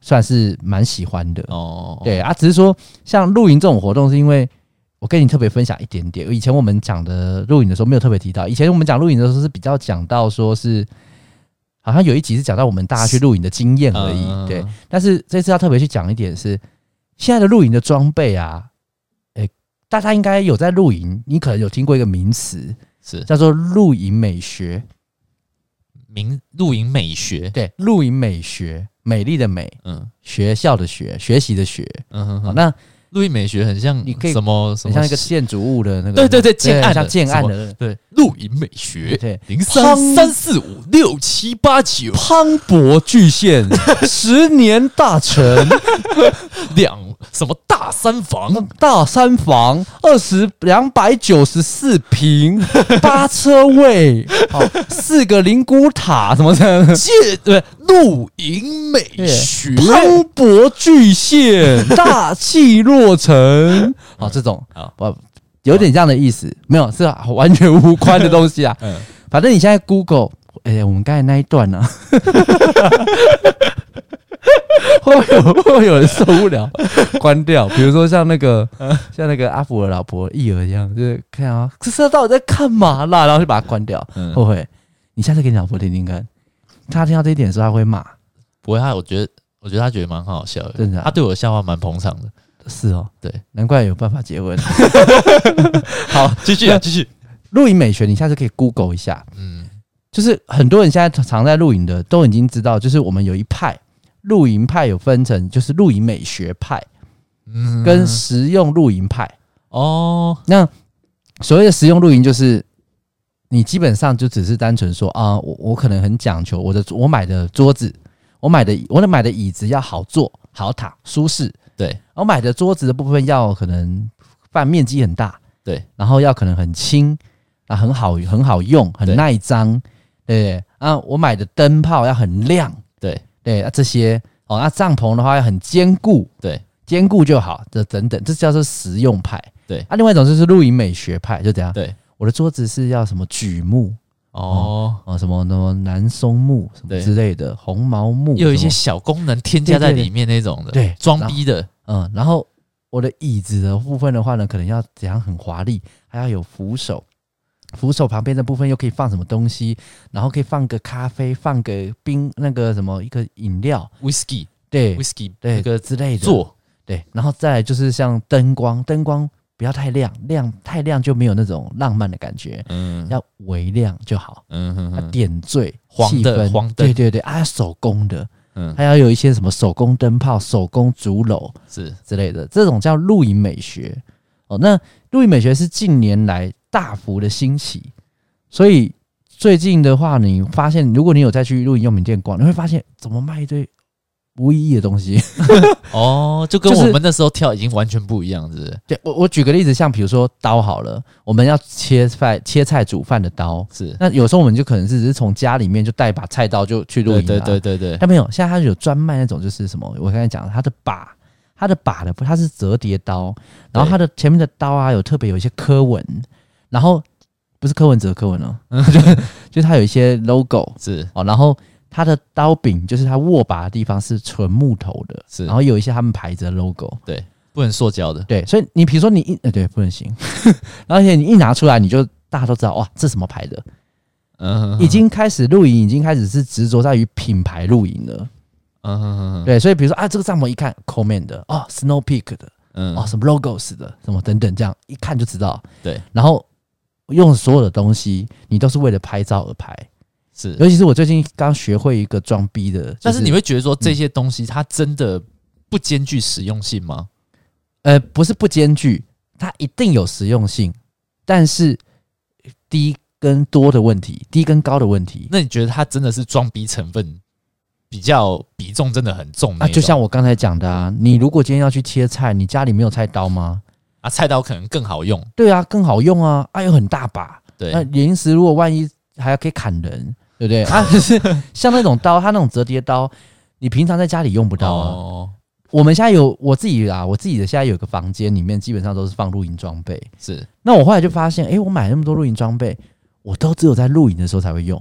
Speaker 2: 算是蛮喜欢的。
Speaker 1: 哦，
Speaker 2: 对啊，只是说像露营这种活动，是因为我跟你特别分享一点点。以前我们讲的露营的时候没有特别提到，以前我们讲露营的时候是比较讲到说是，好像有一集是讲到我们大家去露营的经验而已。
Speaker 1: 嗯
Speaker 2: 对，但是这次要特别去讲一点是，现在的露营的装备啊，诶、大家应该有在露营，你可能有听过一个名词
Speaker 1: 是
Speaker 2: 叫做露营美学。
Speaker 1: 明露营美学，
Speaker 2: 对，露营美学，美丽的美，
Speaker 1: 嗯
Speaker 2: 学校的学，学习的学。
Speaker 1: 嗯哼
Speaker 2: 好，
Speaker 1: 哼，
Speaker 2: 那
Speaker 1: 露营美学很像
Speaker 2: 你可以
Speaker 1: 什么什
Speaker 2: 很
Speaker 1: 么
Speaker 2: 像一个建筑物的那个，
Speaker 1: 对对对建案的
Speaker 2: 像建案
Speaker 1: 什
Speaker 2: 的，
Speaker 1: 对露营美学
Speaker 2: 对，
Speaker 1: 零三三四五六七八九
Speaker 2: 磅礴巨 献，十年大成，
Speaker 1: 两什么大三房，
Speaker 2: 大三房，二十两百九十四 平，八车位，好，四个灵骨塔，什么的。
Speaker 1: 借对露营美学，
Speaker 2: 磅礴巨献， 大气若成，好，这种
Speaker 1: 好
Speaker 2: 我有点这样的意思，没有是完全无关的东西啊。
Speaker 1: 嗯，
Speaker 2: 反正你现在 Google，哎、我们刚才那一段呢、啊， 会有会有人受不了，关掉。比如说像那个
Speaker 1: 嗯
Speaker 2: 像那个阿福的老婆一儿一样，就是看啊，这是到底在干嘛啦？然后就把它关掉，
Speaker 1: 嗯
Speaker 2: 会不会？你下次给你老婆听听看，她听到这一点的时候，她会骂。
Speaker 1: 不过他我觉得我觉得他觉得蛮好笑的
Speaker 2: 真的啊，
Speaker 1: 他对我的笑话蛮捧场的。
Speaker 2: 是哦，
Speaker 1: 对，
Speaker 2: 难怪有办法结婚。
Speaker 1: 好，继续啊继续，
Speaker 2: 露营美学，你下次可以 Google 一下，
Speaker 1: 嗯
Speaker 2: 就是很多人现在常在露营的都已经知道，就是我们有一派露营派有分成，就是露营美学派
Speaker 1: 嗯
Speaker 2: 跟实用露营派。
Speaker 1: 哦，
Speaker 2: 那所谓的实用露营，就是你基本上就只是单纯说啊，我我可能很讲求我的我买的桌子，我买的我的买的椅子要好坐、好躺、舒适，
Speaker 1: 对
Speaker 2: 我买的桌子的部分要可能饭面积很大，
Speaker 1: 对，
Speaker 2: 然后要可能很轻啊，很好很好用，很
Speaker 1: 对
Speaker 2: 耐脏，对啊，我买的灯泡要很亮，
Speaker 1: 对
Speaker 2: 对啊这些哦，那帐篷的话要很坚固，
Speaker 1: 对，
Speaker 2: 坚固就好，这等等，这叫做实用派。
Speaker 1: 对
Speaker 2: 啊，另外一种就是露营美学派，就怎样？
Speaker 1: 对，
Speaker 2: 我的桌子是要什么榉木
Speaker 1: 哦，
Speaker 2: 啊、哦什么什么南松木什么
Speaker 1: 对
Speaker 2: 之类的，红毛木，
Speaker 1: 又有一
Speaker 2: 什
Speaker 1: 些
Speaker 2: 么
Speaker 1: 小功能添加在里面那种的，
Speaker 2: 对对对
Speaker 1: 装逼的，
Speaker 2: 嗯，然后我的椅子的部分的话呢，可能要怎样很华丽，还要有扶手，扶手旁边的部分又可以放什么东西，然后可以放个咖啡，放个冰那个什么一个饮料，
Speaker 1: whisky
Speaker 2: 对
Speaker 1: whisky
Speaker 2: 对，
Speaker 1: 那个
Speaker 2: 之类的
Speaker 1: 座，
Speaker 2: 对，然后再来就是像灯光，灯光不要太亮，亮太亮就没有那种浪漫的感觉，
Speaker 1: 嗯
Speaker 2: 要微亮就好，
Speaker 1: 嗯哼
Speaker 2: 它
Speaker 1: 哼，
Speaker 2: 点缀
Speaker 1: 黄
Speaker 2: 气
Speaker 1: 的
Speaker 2: 氛
Speaker 1: 黄
Speaker 2: 对
Speaker 1: 灯
Speaker 2: 对对，啊，手工的，
Speaker 1: 嗯
Speaker 2: 还要有一些什么手工灯泡、手工竹篓，
Speaker 1: 是
Speaker 2: 之类的，这种叫露营美学。哦，那露营美学是近年来大幅的兴起，所以最近的话，你发现如果你有再去露营用品店逛，你会发现怎么卖一堆无意义的东西。
Speaker 1: 哦，就跟
Speaker 2: 就是
Speaker 1: 我们那时候跳已经完全不一样，是不是？
Speaker 2: 对我，我举个例子，像比如说刀好了，我们要切菜、切菜、煮饭的刀，
Speaker 1: 是，
Speaker 2: 那有时候我们就可能是只是从家里面就带一把菜刀就去露营、
Speaker 1: 对
Speaker 2: 啊，
Speaker 1: 对对对对，
Speaker 2: 但没有，现在它有专卖那种，就是什么，我刚才讲的，它的把，它的把的，它是折叠刀，然后它的前面的刀啊，有特别有一些科文，然后不是柯文哲柯文哦，就就是它有一些 logo
Speaker 1: 是
Speaker 2: 哦，然后它的刀柄就是它握把的地方是纯木头的，
Speaker 1: 是
Speaker 2: 然，后有一些他们牌子的 logo，
Speaker 1: 不能塑胶的，
Speaker 2: 对，所以你比如说你一，呃，对，不能行， 而且你一拿出来，你就大家都知道哇，这什么牌的，
Speaker 1: 嗯哼哼，
Speaker 2: 已经开始露营，已经开始是执着在于品牌露营了。
Speaker 1: 嗯哼哼哼，
Speaker 2: 对，所以比如说啊，这个帐篷一看 Coleman 的哦，Snow Peak 的，
Speaker 1: 嗯
Speaker 2: 哦，什么 logos 的，什么等等，这样一看就知道。
Speaker 1: 对，
Speaker 2: 然后用所有的东西，你都是为了拍照而拍。
Speaker 1: 是。
Speaker 2: 尤其是我最近刚学会一个装逼的，就
Speaker 1: 但是你会觉得说这些东西它真的不兼具实用性吗？
Speaker 2: 呃，不是不兼具，它一定有实用性，但是低跟多的问题，低跟高的问题
Speaker 1: 那你觉得它真的是装逼成分比较比重真的很重那
Speaker 2: 啊，
Speaker 1: 一种？
Speaker 2: 就像我刚才讲
Speaker 1: 嗯
Speaker 2: 的啊，你如果今天要去切菜，你家里没有菜刀吗？
Speaker 1: 啊，菜刀可能更好用，
Speaker 2: 对啊，更好用啊，啊有很大把，
Speaker 1: 对，哦
Speaker 2: 那临时如果万一还要可以砍人，对 不对？啊，就是像那种刀，它那种折叠刀，你平常在家里用不到啊。
Speaker 1: 哦，
Speaker 2: 我们现在有我自己啊，我自己的现在有个房间，里面基本上都是放露营装备。
Speaker 1: 是
Speaker 2: 那我后来就发
Speaker 1: 嗯
Speaker 2: 现，诶，我买那么多露营装备，我都只有在露营的时候才会用。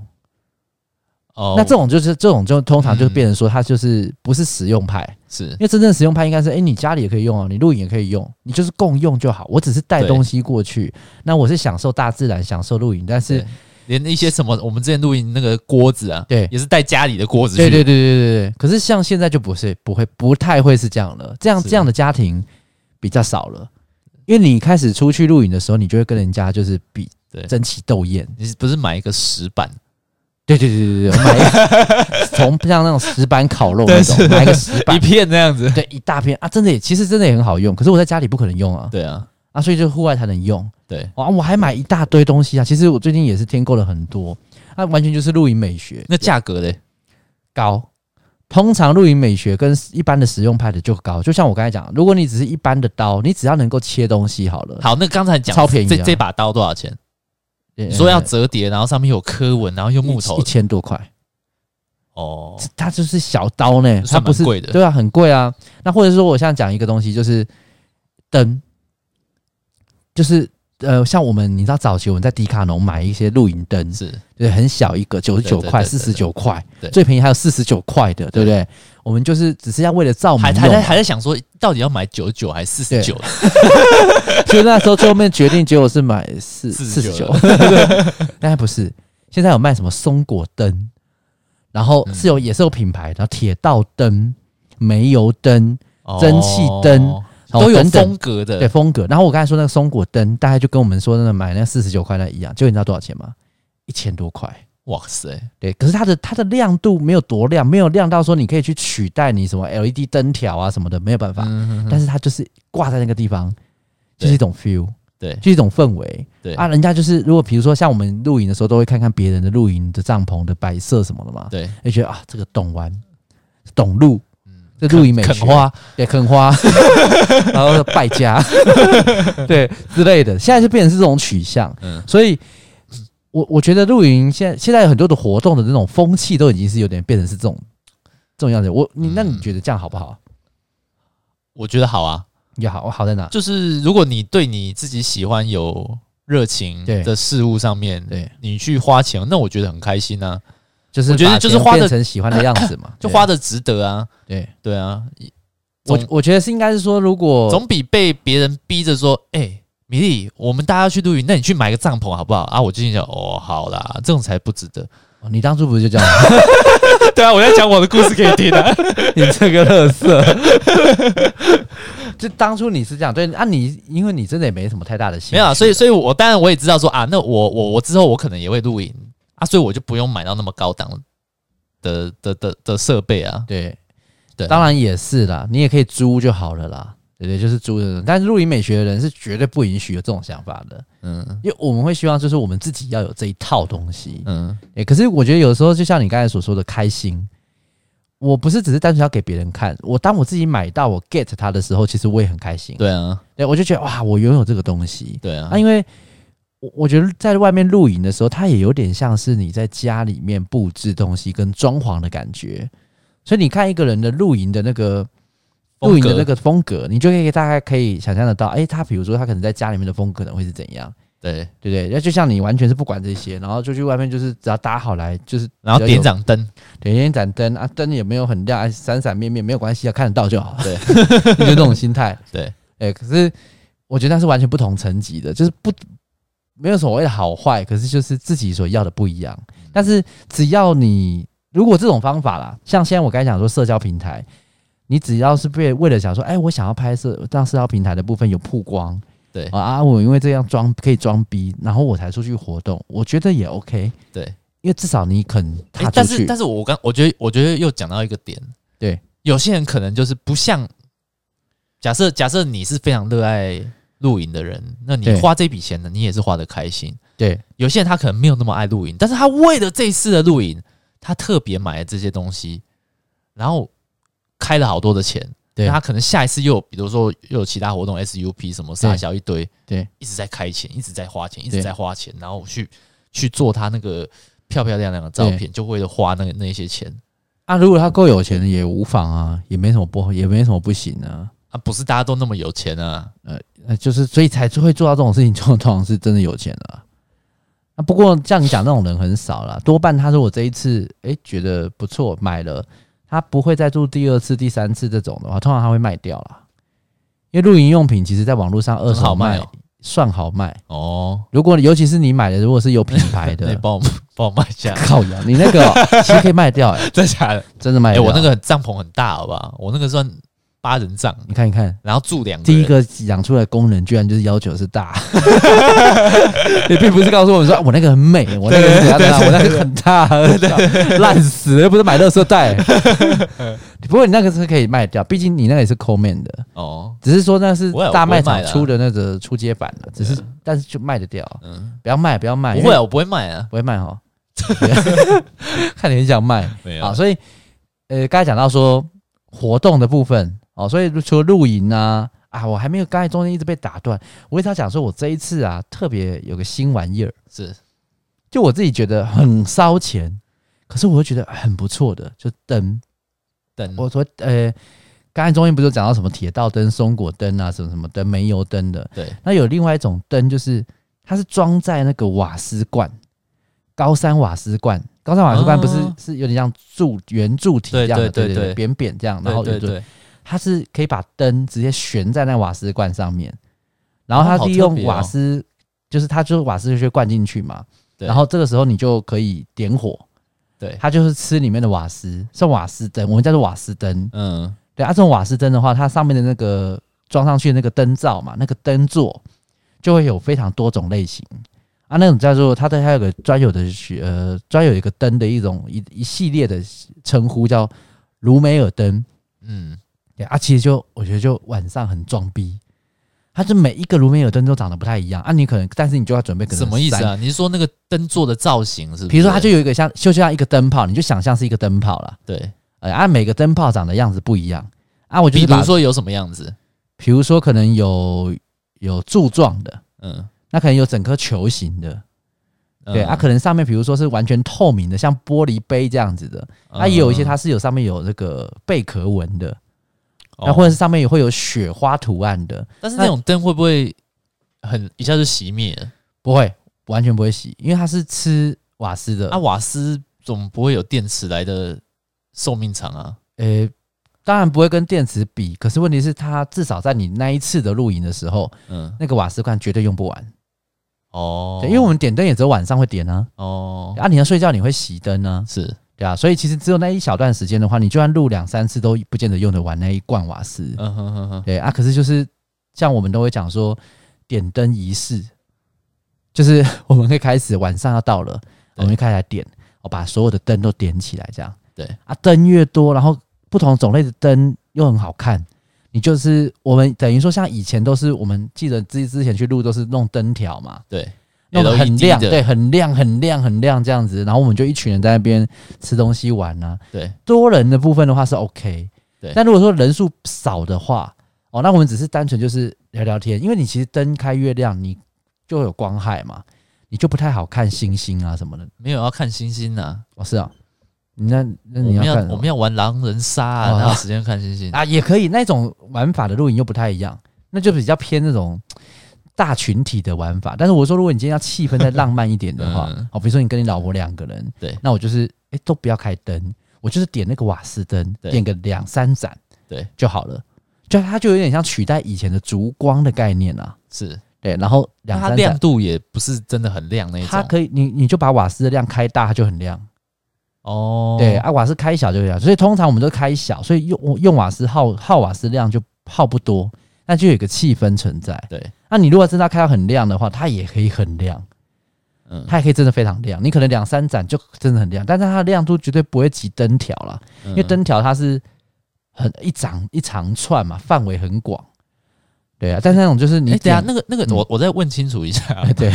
Speaker 1: 哦，
Speaker 2: 那这种就是这种就通常就变成说，它就是不是实用派，
Speaker 1: 是
Speaker 2: 因为真正实用派应该是，诶，你家里也可以用啊，你露营也可以用，你就是共用就好。我只是带
Speaker 1: 对
Speaker 2: 东西过去，那我是享受大自然，享受露营，但是
Speaker 1: 对连一些什么我们之前录音那个锅子啊，
Speaker 2: 对
Speaker 1: 也是带家里的锅子去，
Speaker 2: 对对对对对对。可是像现在就不是不会不太会是这样了，这样
Speaker 1: 是啊
Speaker 2: 这样的家庭比较少了，因为你开始出去露营的时候，你就会跟人家就是比
Speaker 1: 对
Speaker 2: 争奇斗艳。
Speaker 1: 你不是买一个石板，
Speaker 2: 对对对对对对，我买一 个从像那种石板烤肉那种，买一个石
Speaker 1: 一
Speaker 2: 板，
Speaker 1: 片那样子，
Speaker 2: 对一大片啊，真的也其实真的也很好用，可是我在家里不可能用啊
Speaker 1: 对啊，
Speaker 2: 啊，所以就户外才能用。
Speaker 1: 对，
Speaker 2: 哇、我还买一大堆东西啊！其实我最近也是添购了很多，啊，完全就是露营美学。
Speaker 1: 那价格嘞，
Speaker 2: 高。通常露营美学跟一般的实用派的就高，就像我刚才讲，如果你只是一般的刀，你只要能够切东西好了。
Speaker 1: 好，那刚才讲
Speaker 2: 超便宜
Speaker 1: 这
Speaker 2: 啊
Speaker 1: 这把刀多少钱？
Speaker 2: 呃，
Speaker 1: 你说要折叠，然后上面有刻纹，然后用木
Speaker 2: 一
Speaker 1: 头
Speaker 2: 一，千多块，
Speaker 1: 哦，
Speaker 2: 这它就是小刀呢，它
Speaker 1: 算
Speaker 2: 不
Speaker 1: 蛮
Speaker 2: 是
Speaker 1: 贵的
Speaker 2: 对啊，很贵啊。那或者说，我现在讲一个东西，就是灯，就是呃，像我们你知道早期我们在迪卡侬买一些露营灯，
Speaker 1: 是
Speaker 2: 对，很小一个，九十
Speaker 1: 对对
Speaker 2: 九
Speaker 1: 对
Speaker 2: 块、
Speaker 1: 对
Speaker 2: 四
Speaker 1: 对
Speaker 2: 十九块
Speaker 1: 对，
Speaker 2: 最便宜还有四十九块的，对不对？我们就是只是要为了照明
Speaker 1: 还
Speaker 2: 用
Speaker 1: 还在
Speaker 2: 嘛
Speaker 1: 还在想说到底要买九十九还是四十九？
Speaker 2: 所以那时候最后面决定，结果是买四四十九
Speaker 1: 49，
Speaker 2: 但还不是。现在有卖什么松果灯，然后是有、也是有品牌，然后铁道灯、煤油灯，
Speaker 1: 哦
Speaker 2: 蒸汽灯然后
Speaker 1: 都有
Speaker 2: 等等
Speaker 1: 风格
Speaker 2: 对
Speaker 1: 的，
Speaker 2: 风格。然后我刚才说那个松果灯，大概就跟我们说那个买那四十九块那一样，就你知道多少钱吗？一千多块。
Speaker 1: 哇塞，
Speaker 2: 对，可是它的它的亮度没有多亮，没有亮到说你可以去取代你什么 LED 灯条啊什么的，没有办法。
Speaker 1: 嗯
Speaker 2: 但是它就是挂在那个地方，就是一种 feel，
Speaker 1: 对
Speaker 2: 就是一种氛围。
Speaker 1: 对
Speaker 2: 啊，人家就是如果比如说像我们露营的时候，都会看看别人的露营的帐篷的摆设什么的嘛，
Speaker 1: 对，
Speaker 2: 就觉得啊，这个懂玩，懂路，这露营美学，
Speaker 1: 啃啃嗯花，
Speaker 2: 对，啃花， 然后败家，对之类的，现在就变成是这种取向，
Speaker 1: 嗯
Speaker 2: 所以。我我觉得露营现在现在有很多的活动的那种风气都已经是有点变成是这种这种样子。我你那你
Speaker 1: 嗯
Speaker 2: 觉得这样好不好？
Speaker 1: 我觉得好啊。
Speaker 2: 也好，好在哪？
Speaker 1: 就是如果你对你自己喜欢有热情
Speaker 2: 对
Speaker 1: 的事物上面，
Speaker 2: 对，
Speaker 1: 你去花钱，那我觉得很开心啊，
Speaker 2: 就是
Speaker 1: 我觉得
Speaker 2: 把
Speaker 1: 就是
Speaker 2: 钱
Speaker 1: 花的
Speaker 2: 变成喜欢的样子嘛，
Speaker 1: 就
Speaker 2: 对
Speaker 1: 花的值得啊，
Speaker 2: 对。
Speaker 1: 对啊，
Speaker 2: 我
Speaker 1: 总
Speaker 2: 我觉得是应该是说，如果
Speaker 1: 总比被别人逼着说，哎、米粒，我们大家去露营，那你去买个帐篷好不好啊？我就心想，哦，好啦，这种才不值得。
Speaker 2: 哦你当初不是就这样吗，
Speaker 1: 对啊，我在讲我的故事给你听啊。
Speaker 2: 你这个乐色， 就当初你是这样对啊你，因为你真的也没什么太大的兴 趣，
Speaker 1: 没有啊，所以所以我，当然我也知道说啊，那我我我之后我可能也会露营啊，所以我就不用买到那么高档的的的的设备啊。
Speaker 2: 对
Speaker 1: 对啊，
Speaker 2: 当然也是啦，你也可以租就好了啦，对对，就是租的人，但是露营美学的人是绝对不允许有这种想法的，
Speaker 1: 嗯
Speaker 2: 因为我们会希望就是我们自己要有这一套东西，
Speaker 1: 嗯，
Speaker 2: 欸，可是我觉得有时候就像你刚才所说的开心，我不是只是单纯要给别人看，我当我自己买到我 get 它的时候，其实我也很开心。
Speaker 1: 对啊，
Speaker 2: 对，我就觉得哇，我拥有这个东西。
Speaker 1: 对啊
Speaker 2: 啊，，因为我我觉得在外面露营的时候，它也有点像是你在家里面布置东西跟装潢的感觉。所以你看一个人的露营的那个露
Speaker 1: 风
Speaker 2: 营的
Speaker 1: 格
Speaker 2: 那个风格，你就可以大概可以想象得到，哎、他比如说他可能在家里面的风格可能会是怎样，
Speaker 1: 对，
Speaker 2: 对不对？那就像你完全是不管这些，然后就去外面就是只要搭好来，就是
Speaker 1: 然后
Speaker 2: 只要
Speaker 1: 点
Speaker 2: 有
Speaker 1: 盏灯，
Speaker 2: 对，点一盏灯啊，灯也没有很亮，哎闪闪灭灭没有关系啊，看得到就好。
Speaker 1: 对，
Speaker 2: 就这种心态。
Speaker 1: 对，
Speaker 2: 哎、可是我觉得那是完全不同层级的，就是不没有所谓的好坏，可是就是自己所要的不一样。
Speaker 1: 嗯
Speaker 2: 但是只要你如果这种方法啦，像现在我刚才讲说社交平台，你只要是被为了想说，哎、我想要拍摄让社交平台的部分有曝光，
Speaker 1: 对
Speaker 2: 啊啊，我因为这样装可以装逼，然后我才出去活动，我觉得也 OK，
Speaker 1: 对。
Speaker 2: 因为至少你肯
Speaker 1: 诶
Speaker 2: 踏
Speaker 1: 但
Speaker 2: 出去，
Speaker 1: 是但是我刚我觉得我觉得又讲到一个点，
Speaker 2: 对，
Speaker 1: 有些人可能就是不像，假设假设你是非常热爱露营的人，那你
Speaker 2: 对
Speaker 1: 花这笔钱呢，你也是花的开心。
Speaker 2: 对
Speaker 1: 有些人他可能没有那么爱露营，但是他为了这一次的露营，他特别买了这些东西，然后开了好多的钱。
Speaker 2: 对
Speaker 1: 那他可能下一次又有，比如说又有其他活动 SUP 什么傻小一堆，
Speaker 2: 对，
Speaker 1: 一直在开钱，一直在花钱，一
Speaker 2: 对
Speaker 1: 直在花钱，然后去去做他那个漂漂亮亮的照片，就为了花那个那些钱
Speaker 2: 啊，如果他够有钱也无妨啊，也没什么不也没什么不行啊，
Speaker 1: 啊，不是大家都那么有钱啊，
Speaker 2: 呃，就是所以才会做到这种事情，就通常是真的有钱了啊。啊，不过像你讲那种人很少啦，多半他说我这一次诶觉得不错买了，他不会再做第二次、第三次这种的话，通常他会卖掉啦。因为露营用品其实在网络上二
Speaker 1: 很好
Speaker 2: 手
Speaker 1: 卖
Speaker 2: 卖
Speaker 1: 哦。
Speaker 2: 算好卖，
Speaker 1: 哦，
Speaker 2: 如果尤其是你买的如果是有品牌
Speaker 1: 那你
Speaker 2: 的，，
Speaker 1: 帮我们帮我卖一下
Speaker 2: 靠呀，你那个哦其实可以卖掉、诶
Speaker 1: 真假的？
Speaker 2: 真的卖
Speaker 1: 哎、
Speaker 2: 掉。
Speaker 1: 我那个帐篷很大，好不好？我那个算八人帐，
Speaker 2: 你看一看，
Speaker 1: 然后住两个人
Speaker 2: 第一个养出来的功能居然就是要求是大， 也并不是告诉我们说啊我那个很美，我那个是怎样大，我那个很大， 烂死了，又不是买垃 圾袋。 不过你那个是可以卖掉，毕竟你那个也是 Coleman 的，
Speaker 1: 哦，
Speaker 2: 只是说那是
Speaker 1: 我也
Speaker 2: 大卖
Speaker 1: 我
Speaker 2: 场
Speaker 1: 也卖啦啊
Speaker 2: 出的那个出街版了，只是但是就卖得掉，
Speaker 1: 嗯，
Speaker 2: 不要卖，不要卖，
Speaker 1: 不
Speaker 2: 因
Speaker 1: 会
Speaker 2: 为
Speaker 1: 啊，我不会卖啊，
Speaker 2: 不会卖哈。 看你很想卖，
Speaker 1: 没
Speaker 2: 好，所以呃，刚才讲到说活动的部分哦，所以除了露营啊啊，我还没有，刚才中间一直被打断，我一直要讲说，我这一次啊特别有个新玩意儿，
Speaker 1: 是
Speaker 2: 就我自己觉得很烧钱，可是我又觉得很不错的，就灯。
Speaker 1: 等
Speaker 2: 我说呃，刚才中间不是有讲到什么铁道灯、松果灯啊，什么什么灯、煤油灯的，
Speaker 1: 对
Speaker 2: 那有另外一种灯，就是它是装在那个瓦斯罐，高山瓦斯罐。高山瓦斯罐不是、
Speaker 1: 哦
Speaker 2: 是有点像柱圆柱体这样的，
Speaker 1: 对对
Speaker 2: 对
Speaker 1: 对对
Speaker 2: 扁扁这样，然后
Speaker 1: 对
Speaker 2: 有一
Speaker 1: 对
Speaker 2: 个
Speaker 1: 对，
Speaker 2: 它是可以把灯直接悬在那瓦斯罐上面，然后
Speaker 1: 哦
Speaker 2: 它
Speaker 1: 好
Speaker 2: 利
Speaker 1: 特
Speaker 2: 用
Speaker 1: 别哦
Speaker 2: 瓦斯，就是它就是瓦斯就去灌进去嘛，
Speaker 1: 对
Speaker 2: 然后这个时候你就可以点火，
Speaker 1: 对，
Speaker 2: 它就是吃里面的瓦斯，算瓦斯灯，我们叫做瓦斯灯。
Speaker 1: 嗯，
Speaker 2: 对啊，这种瓦斯灯的话，它上面的那个装上去的那个灯罩嘛，那个灯座就会有非常多种类型啊。那种叫做它的它有个专有的学呃专有一个灯的一种一一系列的称呼叫卢梅尔灯。
Speaker 1: 嗯，
Speaker 2: 对啊，其实就我觉得就晚上很装逼，它就每一个卢梅尔灯都长得不太一样啊。你可能但是你就要准备可能
Speaker 1: 什么意思
Speaker 2: 三？
Speaker 1: 啊？你是说那个灯做的造型是不是？
Speaker 2: 比如说它就有一个像就像一个灯泡，你就想象是一个灯泡啦。
Speaker 1: 对，
Speaker 2: 呃啊，每个灯泡长的样子不一样啊。我就
Speaker 1: 比
Speaker 2: 是把
Speaker 1: 如说有什么样子？
Speaker 2: 比如说可能有有柱状的，
Speaker 1: 嗯，
Speaker 2: 那可能有整颗球形的，
Speaker 1: 嗯
Speaker 2: 对，啊，可能上面比如说是完全透明的，像玻璃杯这样子的，
Speaker 1: 嗯
Speaker 2: 啊，也有一些它是有上面有这个贝壳纹的，那、
Speaker 1: 哦
Speaker 2: 或者是上面也会有雪花图案的，
Speaker 1: 但是那种灯会不会很一下就熄灭了？
Speaker 2: 不会，完全不会洗，因为它是吃瓦斯的，
Speaker 1: 啊，瓦斯总不会有电池来的寿命长啊？
Speaker 2: 呃，当然不会跟电池比，可是问题是它至少在你那一次的露营的时候，
Speaker 1: 嗯，
Speaker 2: 那个瓦斯罐绝对用不完，
Speaker 1: 哦，
Speaker 2: 对，因为我们点灯也只有晚上会点啊，
Speaker 1: 哦
Speaker 2: 啊，你要睡觉你会熄灯啊，
Speaker 1: 是
Speaker 2: 对啊，所以其实只有那一小段时间的话，你就算录两三次都不见得用得完那一罐瓦斯。
Speaker 1: 嗯哼哼哼，
Speaker 2: 对啊，可是就是像我们都会讲说点灯仪式，就是我们会开始晚上要到了，我们就开始来点，我把所有的灯都点起来，这样。
Speaker 1: 对
Speaker 2: 啊，灯越多，然后不同种类的灯又很好看。你就是我们等于说，像以前都是我们记得之之前去录都是弄灯条嘛，
Speaker 1: 对，
Speaker 2: 弄得很
Speaker 1: LED
Speaker 2: 亮，
Speaker 1: 的
Speaker 2: 对，很亮，很亮，很亮这样子。然后我们就一群人在那边吃东西玩啊。
Speaker 1: 对，
Speaker 2: 多人的部分的话是 OK，
Speaker 1: 对
Speaker 2: 但如果说人数少的话，哦，那我们只是单纯就是聊聊天，因为你其实灯开越亮，你就有光害嘛，你就不太好看星星啊什么的。
Speaker 1: 没有要看星星啊，
Speaker 2: 哦，是啊，那
Speaker 1: 我
Speaker 2: 那你
Speaker 1: 们
Speaker 2: 要
Speaker 1: 要
Speaker 2: 看什么
Speaker 1: 我们要玩狼人杀啊，
Speaker 2: 哦
Speaker 1: 哪有时间看星星？，
Speaker 2: 啊，也可以那种玩法的露营又不太一样，那就比较偏那种大群体的玩法。但是我说，如果你今天要气氛再浪漫一点的话哦
Speaker 1: 嗯
Speaker 2: 好、比如说你跟你老婆两个人，
Speaker 1: 对
Speaker 2: 那我就是哎、诶都不要开灯，我就是点那个瓦斯灯，
Speaker 1: 对
Speaker 2: 点个两三盏，
Speaker 1: 对
Speaker 2: 就好了。就它就有点像取代以前的烛光的概念啊，
Speaker 1: 是，
Speaker 2: 对，然后
Speaker 1: 那
Speaker 2: 两
Speaker 1: 它
Speaker 2: 三
Speaker 1: 亮
Speaker 2: 盏，
Speaker 1: 度也不是真的很亮那一
Speaker 2: 它
Speaker 1: 种，
Speaker 2: 可以你你就把瓦斯的量开大，它就很亮。
Speaker 1: 哦，
Speaker 2: 对，啊，瓦斯开小就可以了，所以通常我们都开小，所以用用瓦斯耗耗瓦斯量就耗不多，那就有一个气氛存在。
Speaker 1: 对，
Speaker 2: 那你如果真的要开到很亮的话，它也可以很亮，
Speaker 1: 嗯
Speaker 2: 它也可以真的非常亮。你可能两三盏就真的很亮，但是它的亮度绝对不会及灯条啦，
Speaker 1: 嗯
Speaker 2: 因为灯条它是很一长一长串嘛，范围很广。对啊，但是那种就是
Speaker 1: 哎、
Speaker 2: 你
Speaker 1: 等一下
Speaker 2: 点
Speaker 1: 那个那个，我我再问清楚一下，
Speaker 2: 对，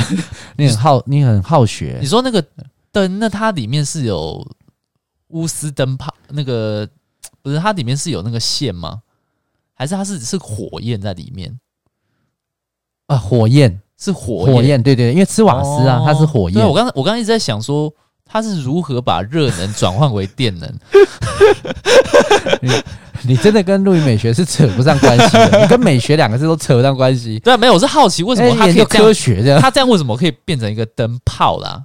Speaker 2: 你很好，你很好学
Speaker 1: 你，说那个灯，那它里面是有钨丝灯泡，那个不是它里面是有那个线吗？还是它是是火焰在里面？
Speaker 2: 啊，火焰，
Speaker 1: 是火
Speaker 2: 火焰，对对，因为吃瓦斯啊，
Speaker 1: 哦
Speaker 2: 它是火焰
Speaker 1: 对，我，刚我刚一直在想说，它是如何把热能转换为电能？
Speaker 2: 你真的跟陆羽美学是扯不上关系的，你跟美学两个字都扯不上关系。
Speaker 1: 对啊，没有，我是好奇为什么
Speaker 2: 哎
Speaker 1: 它可
Speaker 2: 研
Speaker 1: 以
Speaker 2: 究
Speaker 1: 这
Speaker 2: 科
Speaker 1: 样，
Speaker 2: 学这样？
Speaker 1: 它这样为什么可以变成一个灯泡啦？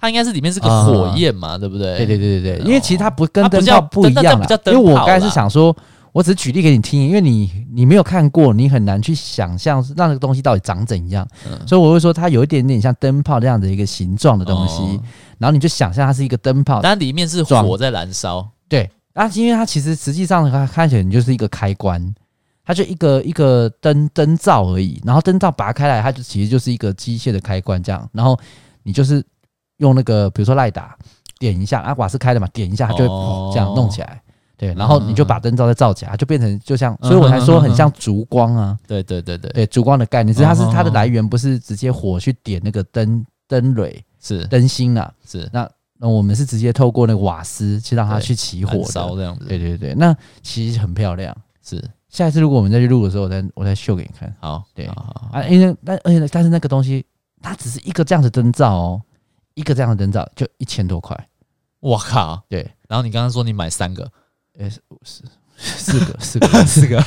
Speaker 1: 它应该是里面是个
Speaker 2: 啊
Speaker 1: 火焰嘛，对不对？
Speaker 2: 对对对对
Speaker 1: 哦
Speaker 2: 对，因为其实它不跟
Speaker 1: 它不
Speaker 2: 灯
Speaker 1: 叫
Speaker 2: 泡不一
Speaker 1: 那
Speaker 2: 样
Speaker 1: 那不叫
Speaker 2: 啦。因
Speaker 1: 灯
Speaker 2: 为
Speaker 1: 泡啦
Speaker 2: 我刚才是想说，我只是举例给你听，因为你你没有看过，你很难去想象那个东西到底长怎样，
Speaker 1: 嗯
Speaker 2: 所以我会说它有一点点像灯泡这样的一个形状的东西，
Speaker 1: 哦
Speaker 2: 然后你就想象它是一个灯泡，
Speaker 1: 但里面是火在燃烧。
Speaker 2: 对，啊，因为它其实实际上它看起来你就是一个开关，它就一个一个灯灯罩而已，然后灯罩拔开来，它就其实就是一个机械的开关这样，然后你就是用那个比如说赖打点一下，啊瓦斯开的嘛，点一下它就会
Speaker 1: 哦
Speaker 2: 噗这样弄起来，对，然后你就把灯罩再罩起来，它就变成就像，
Speaker 1: 嗯
Speaker 2: 所以我才说很像烛光啊，
Speaker 1: 对对对对，
Speaker 2: 对，烛光的概念，只是它是
Speaker 1: 嗯嗯嗯
Speaker 2: 它的来源不是直接火去点那个灯灯蕊
Speaker 1: 是
Speaker 2: 灯芯啊，
Speaker 1: 是
Speaker 2: 那我们是直接透过那个瓦斯去让它去起火
Speaker 1: 燃
Speaker 2: 的。
Speaker 1: 烧这样子。
Speaker 2: 对对对，那其实很漂亮。
Speaker 1: 是
Speaker 2: 下一次如果我们再去录的时候，我再我再秀给你看
Speaker 1: 好，
Speaker 2: 对
Speaker 1: 好好好
Speaker 2: 啊。因为那而且但是那个东西，它只是一个这样的灯罩哦，一个这样的灯罩就一千多块，
Speaker 1: 我靠！
Speaker 2: 对，
Speaker 1: 然后你刚刚说你买三个，
Speaker 2: 呃是 四个四 个四个，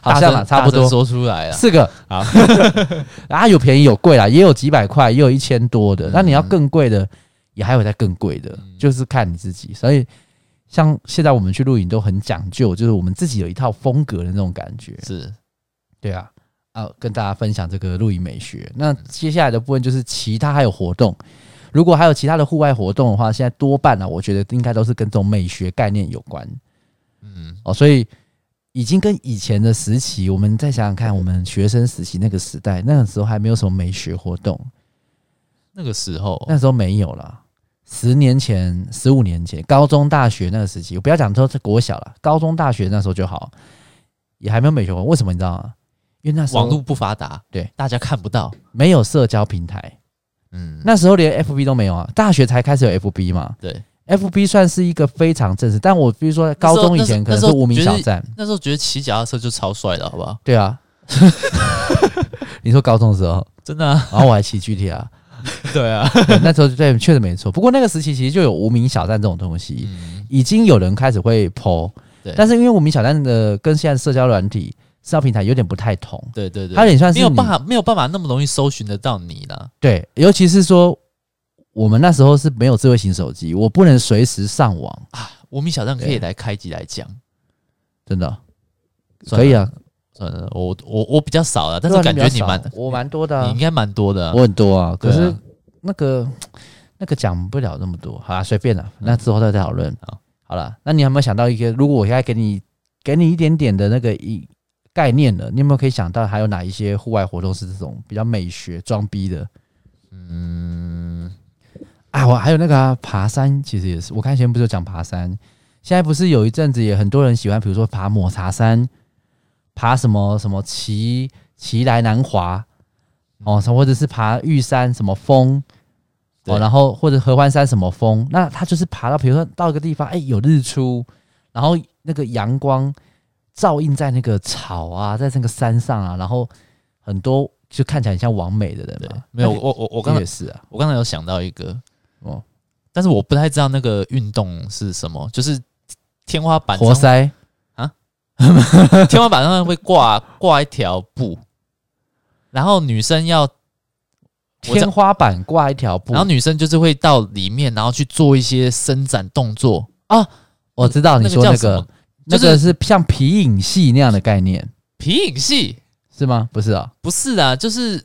Speaker 2: 好像
Speaker 1: 大
Speaker 2: 啦，
Speaker 1: 声
Speaker 2: 差
Speaker 1: 大声
Speaker 2: 不多
Speaker 1: 说出来了。
Speaker 2: 四个。
Speaker 1: 好，
Speaker 2: 啊有便宜有贵啦，也有几百块，也有一千多的。
Speaker 1: 嗯
Speaker 2: 那你要更贵的，也还有再更贵的，
Speaker 1: 嗯
Speaker 2: 就是看你自己。所以像现在我们去露营都很讲究，就是我们自己有一套风格的那种感觉。
Speaker 1: 是
Speaker 2: 对啊，啊，跟大家分享这个露营美学。那接下来的部分就是其他还有活动。如果还有其他的户外活动的话，现在多半呢、啊，我觉得应该都是跟这种美学概念有关
Speaker 1: 嗯，
Speaker 2: 哦。所以已经跟以前的时期，我们再想想看，我们学生时期那个时代，那个时候还没有什么美学活动，
Speaker 1: 那个时候
Speaker 2: 那时候没有啦。十年前、十五年前，高中、大学那个时期，我不要讲说是国小了，高中、大学那时候就好，也还没有美学活动。为什么你知道吗？因为那时候
Speaker 1: 网络不发达，
Speaker 2: 对，
Speaker 1: 大家看不到。
Speaker 2: 没有社交平台，
Speaker 1: 嗯，
Speaker 2: 那时候连 FB 都没有啊，大学才开始有 FB 嘛。
Speaker 1: 对，
Speaker 2: FB 算是一个非常正式，但我比如说高中以前
Speaker 1: 那
Speaker 2: 可能
Speaker 1: 时
Speaker 2: 是
Speaker 1: 候
Speaker 2: 无名小站，
Speaker 1: 那时候觉得骑脚踏车就超帅的，好不好？
Speaker 2: 对啊。 你说高中的时候，
Speaker 1: 真的啊，
Speaker 2: 然后我还骑 GTR，
Speaker 1: 对啊，
Speaker 2: 对那时候对，确实没错。不过那个时期其实就有无名小站这种东西，
Speaker 1: 嗯，
Speaker 2: 已经有人开始会 PO，
Speaker 1: 对
Speaker 2: 但是因为无名小站的跟现在社交软体、社交平台有点不太同，
Speaker 1: 对对对，
Speaker 2: 它有点像是
Speaker 1: 没有
Speaker 2: 你
Speaker 1: 办法，没有办法那么容易搜寻得到你啦。
Speaker 2: 对，尤其是说我们那时候是没有智慧型手机，我不能随时上网，
Speaker 1: 无名小站可以
Speaker 2: 对
Speaker 1: 来开集来讲，
Speaker 2: 真的
Speaker 1: 算
Speaker 2: 可以
Speaker 1: 了，
Speaker 2: 啊，
Speaker 1: 算了，我我我比较少了，但是
Speaker 2: 对啊
Speaker 1: 感觉
Speaker 2: 比
Speaker 1: 你
Speaker 2: 较
Speaker 1: 蛮
Speaker 2: 少，我蛮多的、
Speaker 1: 你
Speaker 2: 啊
Speaker 1: 应，该蛮多的啊。
Speaker 2: 我很多啊。
Speaker 1: 对
Speaker 2: 可
Speaker 1: 啊
Speaker 2: 是那个那个讲不了那么多，好啦，随便啦，那之后再讨论。
Speaker 1: 嗯好，
Speaker 2: 好了，那你有没有想到一个？如果我现在给你给你一点点的那个一概念了，你有没有可以想到还有哪一些户外活动是这种比较美学装逼的？
Speaker 1: 嗯，
Speaker 2: 啊，我还有那个啊、爬山，其实也是，我看以前不是有讲爬山，现在不是有一阵子也很多人喜欢，比如说爬抹茶山，爬什么什么奇奇来南华，
Speaker 1: 嗯
Speaker 2: 哦，或者是爬玉山什么峰，
Speaker 1: 对
Speaker 2: 哦，然后或者合欢山什么峰，那他就是爬到，比如说到一个地方，哎、有日出，然后那个阳光照映在那个草啊，在那个山上啊，然后很多就看起来很像完美的人
Speaker 1: 对
Speaker 2: 嘛，，
Speaker 1: 啊没有，
Speaker 2: 那个
Speaker 1: 我我我刚才
Speaker 2: 也是啊，
Speaker 1: 我刚才有想到一个，
Speaker 2: 哦，
Speaker 1: 但是我不太知道那个运动是什么，就是天花板上，
Speaker 2: 活塞。
Speaker 1: 天花板上会挂挂一条布，然后女生要，我
Speaker 2: 天花板挂一条布，
Speaker 1: 然后女生就是会到里面，然后去做一些伸展动作。啊
Speaker 2: 我知道你说
Speaker 1: 叫
Speaker 2: 那
Speaker 1: 什么
Speaker 2: 个，
Speaker 1: 就
Speaker 2: 那
Speaker 1: 是
Speaker 2: 个是像皮影戏那样的概念
Speaker 1: 皮影戏？
Speaker 2: 是吗？不是啊，
Speaker 1: 不是啊，就是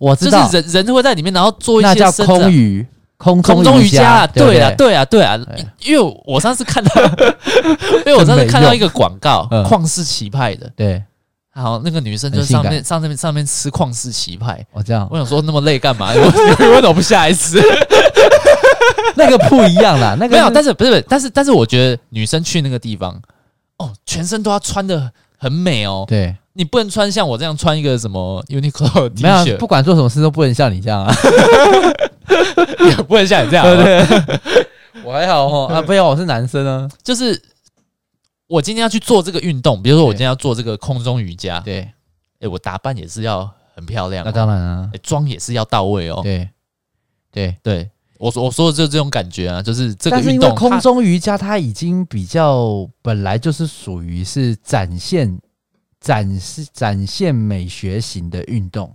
Speaker 2: 我知
Speaker 1: 就
Speaker 2: 道
Speaker 1: 是人人会在里面，然后做一
Speaker 2: 那
Speaker 1: 些
Speaker 2: 叫
Speaker 1: 伸
Speaker 2: 空
Speaker 1: 展。
Speaker 2: 余，空
Speaker 1: 空中
Speaker 2: 中
Speaker 1: 瑜伽，
Speaker 2: 伽，
Speaker 1: 对啊，
Speaker 2: 啊，
Speaker 1: 对啊，对啊
Speaker 2: 哎，
Speaker 1: 因为我上次看到， 因为我上次看到一个广告
Speaker 2: 嗯，
Speaker 1: 旷世奇派的，
Speaker 2: 对，
Speaker 1: 好，那个女生就
Speaker 2: 很性
Speaker 1: 上
Speaker 2: 感
Speaker 1: 面上面上面吃旷世奇派，
Speaker 2: 我这样
Speaker 1: 我想说那么累干嘛？我 我为什么不下一次？
Speaker 2: 那个不一样啦，那个
Speaker 1: 没 有，但
Speaker 2: 是
Speaker 1: 是不是，但是但是我觉得女生去那个地方，哦，全身都要穿的很美哦，
Speaker 2: 对，
Speaker 1: 你不能穿像我这样穿一个什么 Uniqlo 的 T
Speaker 2: 没有啊
Speaker 1: 恤，
Speaker 2: 不管做什么事都不能像你这样啊。
Speaker 1: 也不能像你这样好不好，
Speaker 2: 我还好哦，啊，不要，我是男生啊。
Speaker 1: 就是。我今天要去做这个运动，比如说我
Speaker 2: 对
Speaker 1: 今天要做这个空中瑜伽，
Speaker 2: 对，
Speaker 1: 哎、我打扮也是要很漂亮、
Speaker 2: 那
Speaker 1: 哦，
Speaker 2: 当然啊，
Speaker 1: 哎妆、也是要到位哦。
Speaker 2: 对，对。
Speaker 1: 对，我说我说的就是这种感觉啊，就是这个
Speaker 2: 但是
Speaker 1: 运
Speaker 2: 因为
Speaker 1: 动
Speaker 2: 空
Speaker 1: 它
Speaker 2: 中瑜伽它已经比较本来就是属于是展现、展示、展现美学型的运动，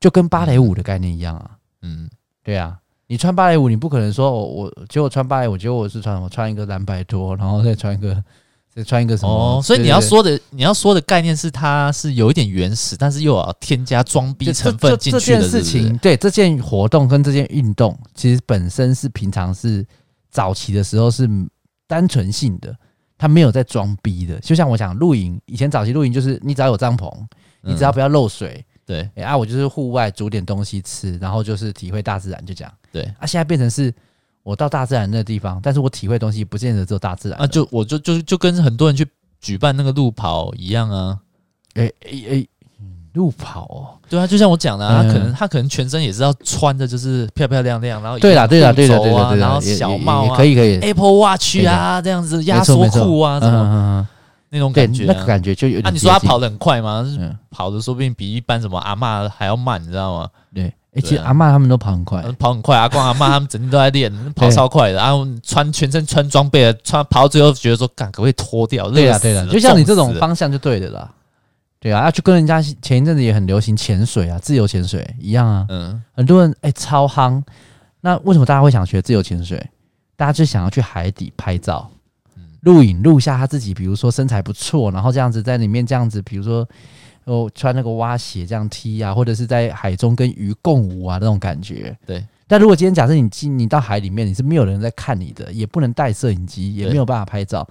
Speaker 2: 就跟芭蕾舞的概念一样啊。
Speaker 1: 嗯，
Speaker 2: 对啊，你穿芭蕾舞，你不可能说我我结果穿芭蕾舞，结果我是穿我穿一个蓝白拖，然后再穿一个再穿一个什么？
Speaker 1: 哦，所以
Speaker 2: 对
Speaker 1: 你要。
Speaker 2: 对对
Speaker 1: 说的你要说的概念是它是有一点原始，但是又要添加装逼
Speaker 2: 这
Speaker 1: 成
Speaker 2: 这
Speaker 1: 分
Speaker 2: 这
Speaker 1: 进
Speaker 2: 这
Speaker 1: 去的
Speaker 2: 件事
Speaker 1: 是不
Speaker 2: 情，
Speaker 1: 是
Speaker 2: 对这件活动跟这件运动，其实本身是平常是早期的时候是单纯性的，它没有在装逼的。就像我讲露营，以前早期露营就是你只要有帐篷，你只要
Speaker 1: 嗯
Speaker 2: 不要漏水，
Speaker 1: 对
Speaker 2: 哎、啊，我就是户外煮点东西吃，然后就是体会大自然，就这样。
Speaker 1: 对
Speaker 2: 啊，现在变成是我到大自然那地方，但是我体会东西不见得只有大自然
Speaker 1: 啊，就我就就就跟很多人去举办那个路跑一样啊。
Speaker 2: 哎哎哎，嗯路跑哦。
Speaker 1: 对啊，就像我讲的、啊，
Speaker 2: 嗯
Speaker 1: 他可能他可能全身也是要穿的，就是漂漂亮亮，然后
Speaker 2: 对啦，
Speaker 1: 一
Speaker 2: 对啦，
Speaker 1: 样
Speaker 2: 对啦，
Speaker 1: 裤
Speaker 2: 对
Speaker 1: 轴
Speaker 2: 啦，
Speaker 1: 啊，
Speaker 2: 对啦，
Speaker 1: 然后
Speaker 2: 也
Speaker 1: 小
Speaker 2: 也
Speaker 1: 帽
Speaker 2: 也
Speaker 1: 啊
Speaker 2: 可以，可以，
Speaker 1: ，Apple Watch 啊，这样子压
Speaker 2: 没错
Speaker 1: 缩
Speaker 2: 没错
Speaker 1: 裤啊，什
Speaker 2: 嗯
Speaker 1: 么
Speaker 2: 嗯嗯
Speaker 1: 那种
Speaker 2: 对，
Speaker 1: 感觉、
Speaker 2: 那个感觉就有点。
Speaker 1: 啊，你说他跑，得很快吗？
Speaker 2: 嗯，
Speaker 1: 跑的说不定比一般什么阿嬷还要慢，你知道吗？
Speaker 2: 对。呃哎、其实
Speaker 1: 对啊
Speaker 2: 阿嬷他们都跑很快，
Speaker 1: 跑很快，阿光阿嬷他们整天都在练，跑超快的。然后穿全身穿装备的，啊穿跑到最后觉得说，干可不可以脱掉？
Speaker 2: 对
Speaker 1: 呀、
Speaker 2: 啊，对啊，就像你这种方向就对的啦。对啊，要去跟人家前一阵子也很流行潜水啊，自由潜水一样啊，
Speaker 1: 嗯，
Speaker 2: 很多人哎、超夯。那为什么大家会想学自由潜水？大家就想要去海底拍照
Speaker 1: 嗯、
Speaker 2: 录影、录下他自己，比如说身材不错，然后这样子在里面这样子，比如说哦穿那个蛙鞋这样踢啊，或者是在海中跟鱼共舞啊那种感觉。
Speaker 1: 对。
Speaker 2: 但如果今天假设你进你到海里面，你是没有人在看你的，也不能带摄影机，也
Speaker 1: 对
Speaker 2: 没有办法拍照。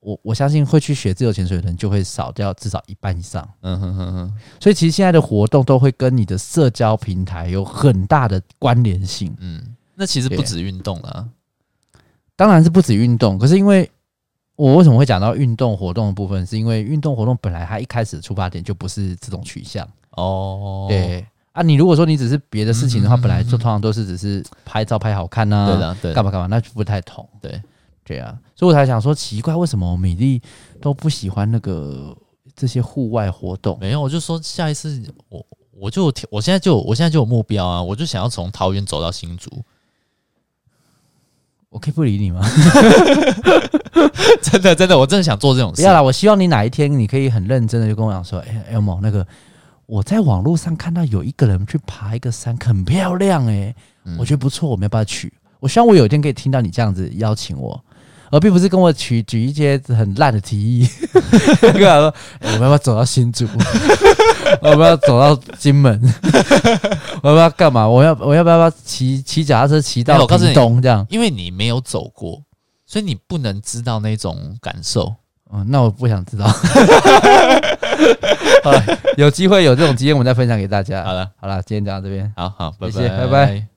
Speaker 2: 我我相信会去学自由潜水的人就会少掉至少一半以上。
Speaker 1: 嗯哼哼哼，
Speaker 2: 所以其实现在的活动都会跟你的社交平台有很大的关联性，
Speaker 1: 嗯，那其实不止运动啦，
Speaker 2: 当然是不止运动，可是因为我为什么会讲到运动活动的部分，是因为运动活动本来它一开始的出发点就不是这种取向，
Speaker 1: 哦，
Speaker 2: 对啊，你如果说你只是别的事情的
Speaker 1: 嗯
Speaker 2: 话，
Speaker 1: 嗯嗯
Speaker 2: 本来就
Speaker 1: 嗯
Speaker 2: 通常都是只是拍照拍好看呐、
Speaker 1: 对啦，对
Speaker 2: 嗯干
Speaker 1: 嘛？
Speaker 2: 嘛干嘛，那就不太同，
Speaker 1: 对
Speaker 2: 对啊，所以我才想说奇怪，为什么美丽都不喜欢那个这些户外活动？
Speaker 1: 没有，我就说下一次我我就有挑我现在就有我现在就有目标啊，我就想要从桃园走到新 竹，
Speaker 2: 我可以不理你吗？
Speaker 1: 真的真的，我真的想做这种
Speaker 2: 不
Speaker 1: 事
Speaker 2: 要。啦，我希望你哪一天你可以很认真的就跟我讲说，哎、欸、，Elmo，那个我在网络上看到有一个人去爬一个山，很漂亮、欸，
Speaker 1: 嗯
Speaker 2: 我觉得不错，我们要不要去？我希望我有一天可以听到你这样子邀请我，而并不是跟我举举一些很烂的提议，跟我说、欸我们要不要走到 新竹？我们要走到金门？我要不要干嘛？我要我要不要骑骑脚踏车骑
Speaker 1: 哎
Speaker 2: 到
Speaker 1: 我告诉
Speaker 2: 屏
Speaker 1: 你
Speaker 2: 东这样？
Speaker 1: 因为你没有走过，所以你不能知道那种感受。
Speaker 2: 嗯，那我不想知道。好了，有机会有这种经验，我们再分享给大家。
Speaker 1: 好了，
Speaker 2: 好了，今天讲到这边。
Speaker 1: 好好，拜
Speaker 2: 谢谢
Speaker 1: 拜，
Speaker 2: 拜拜。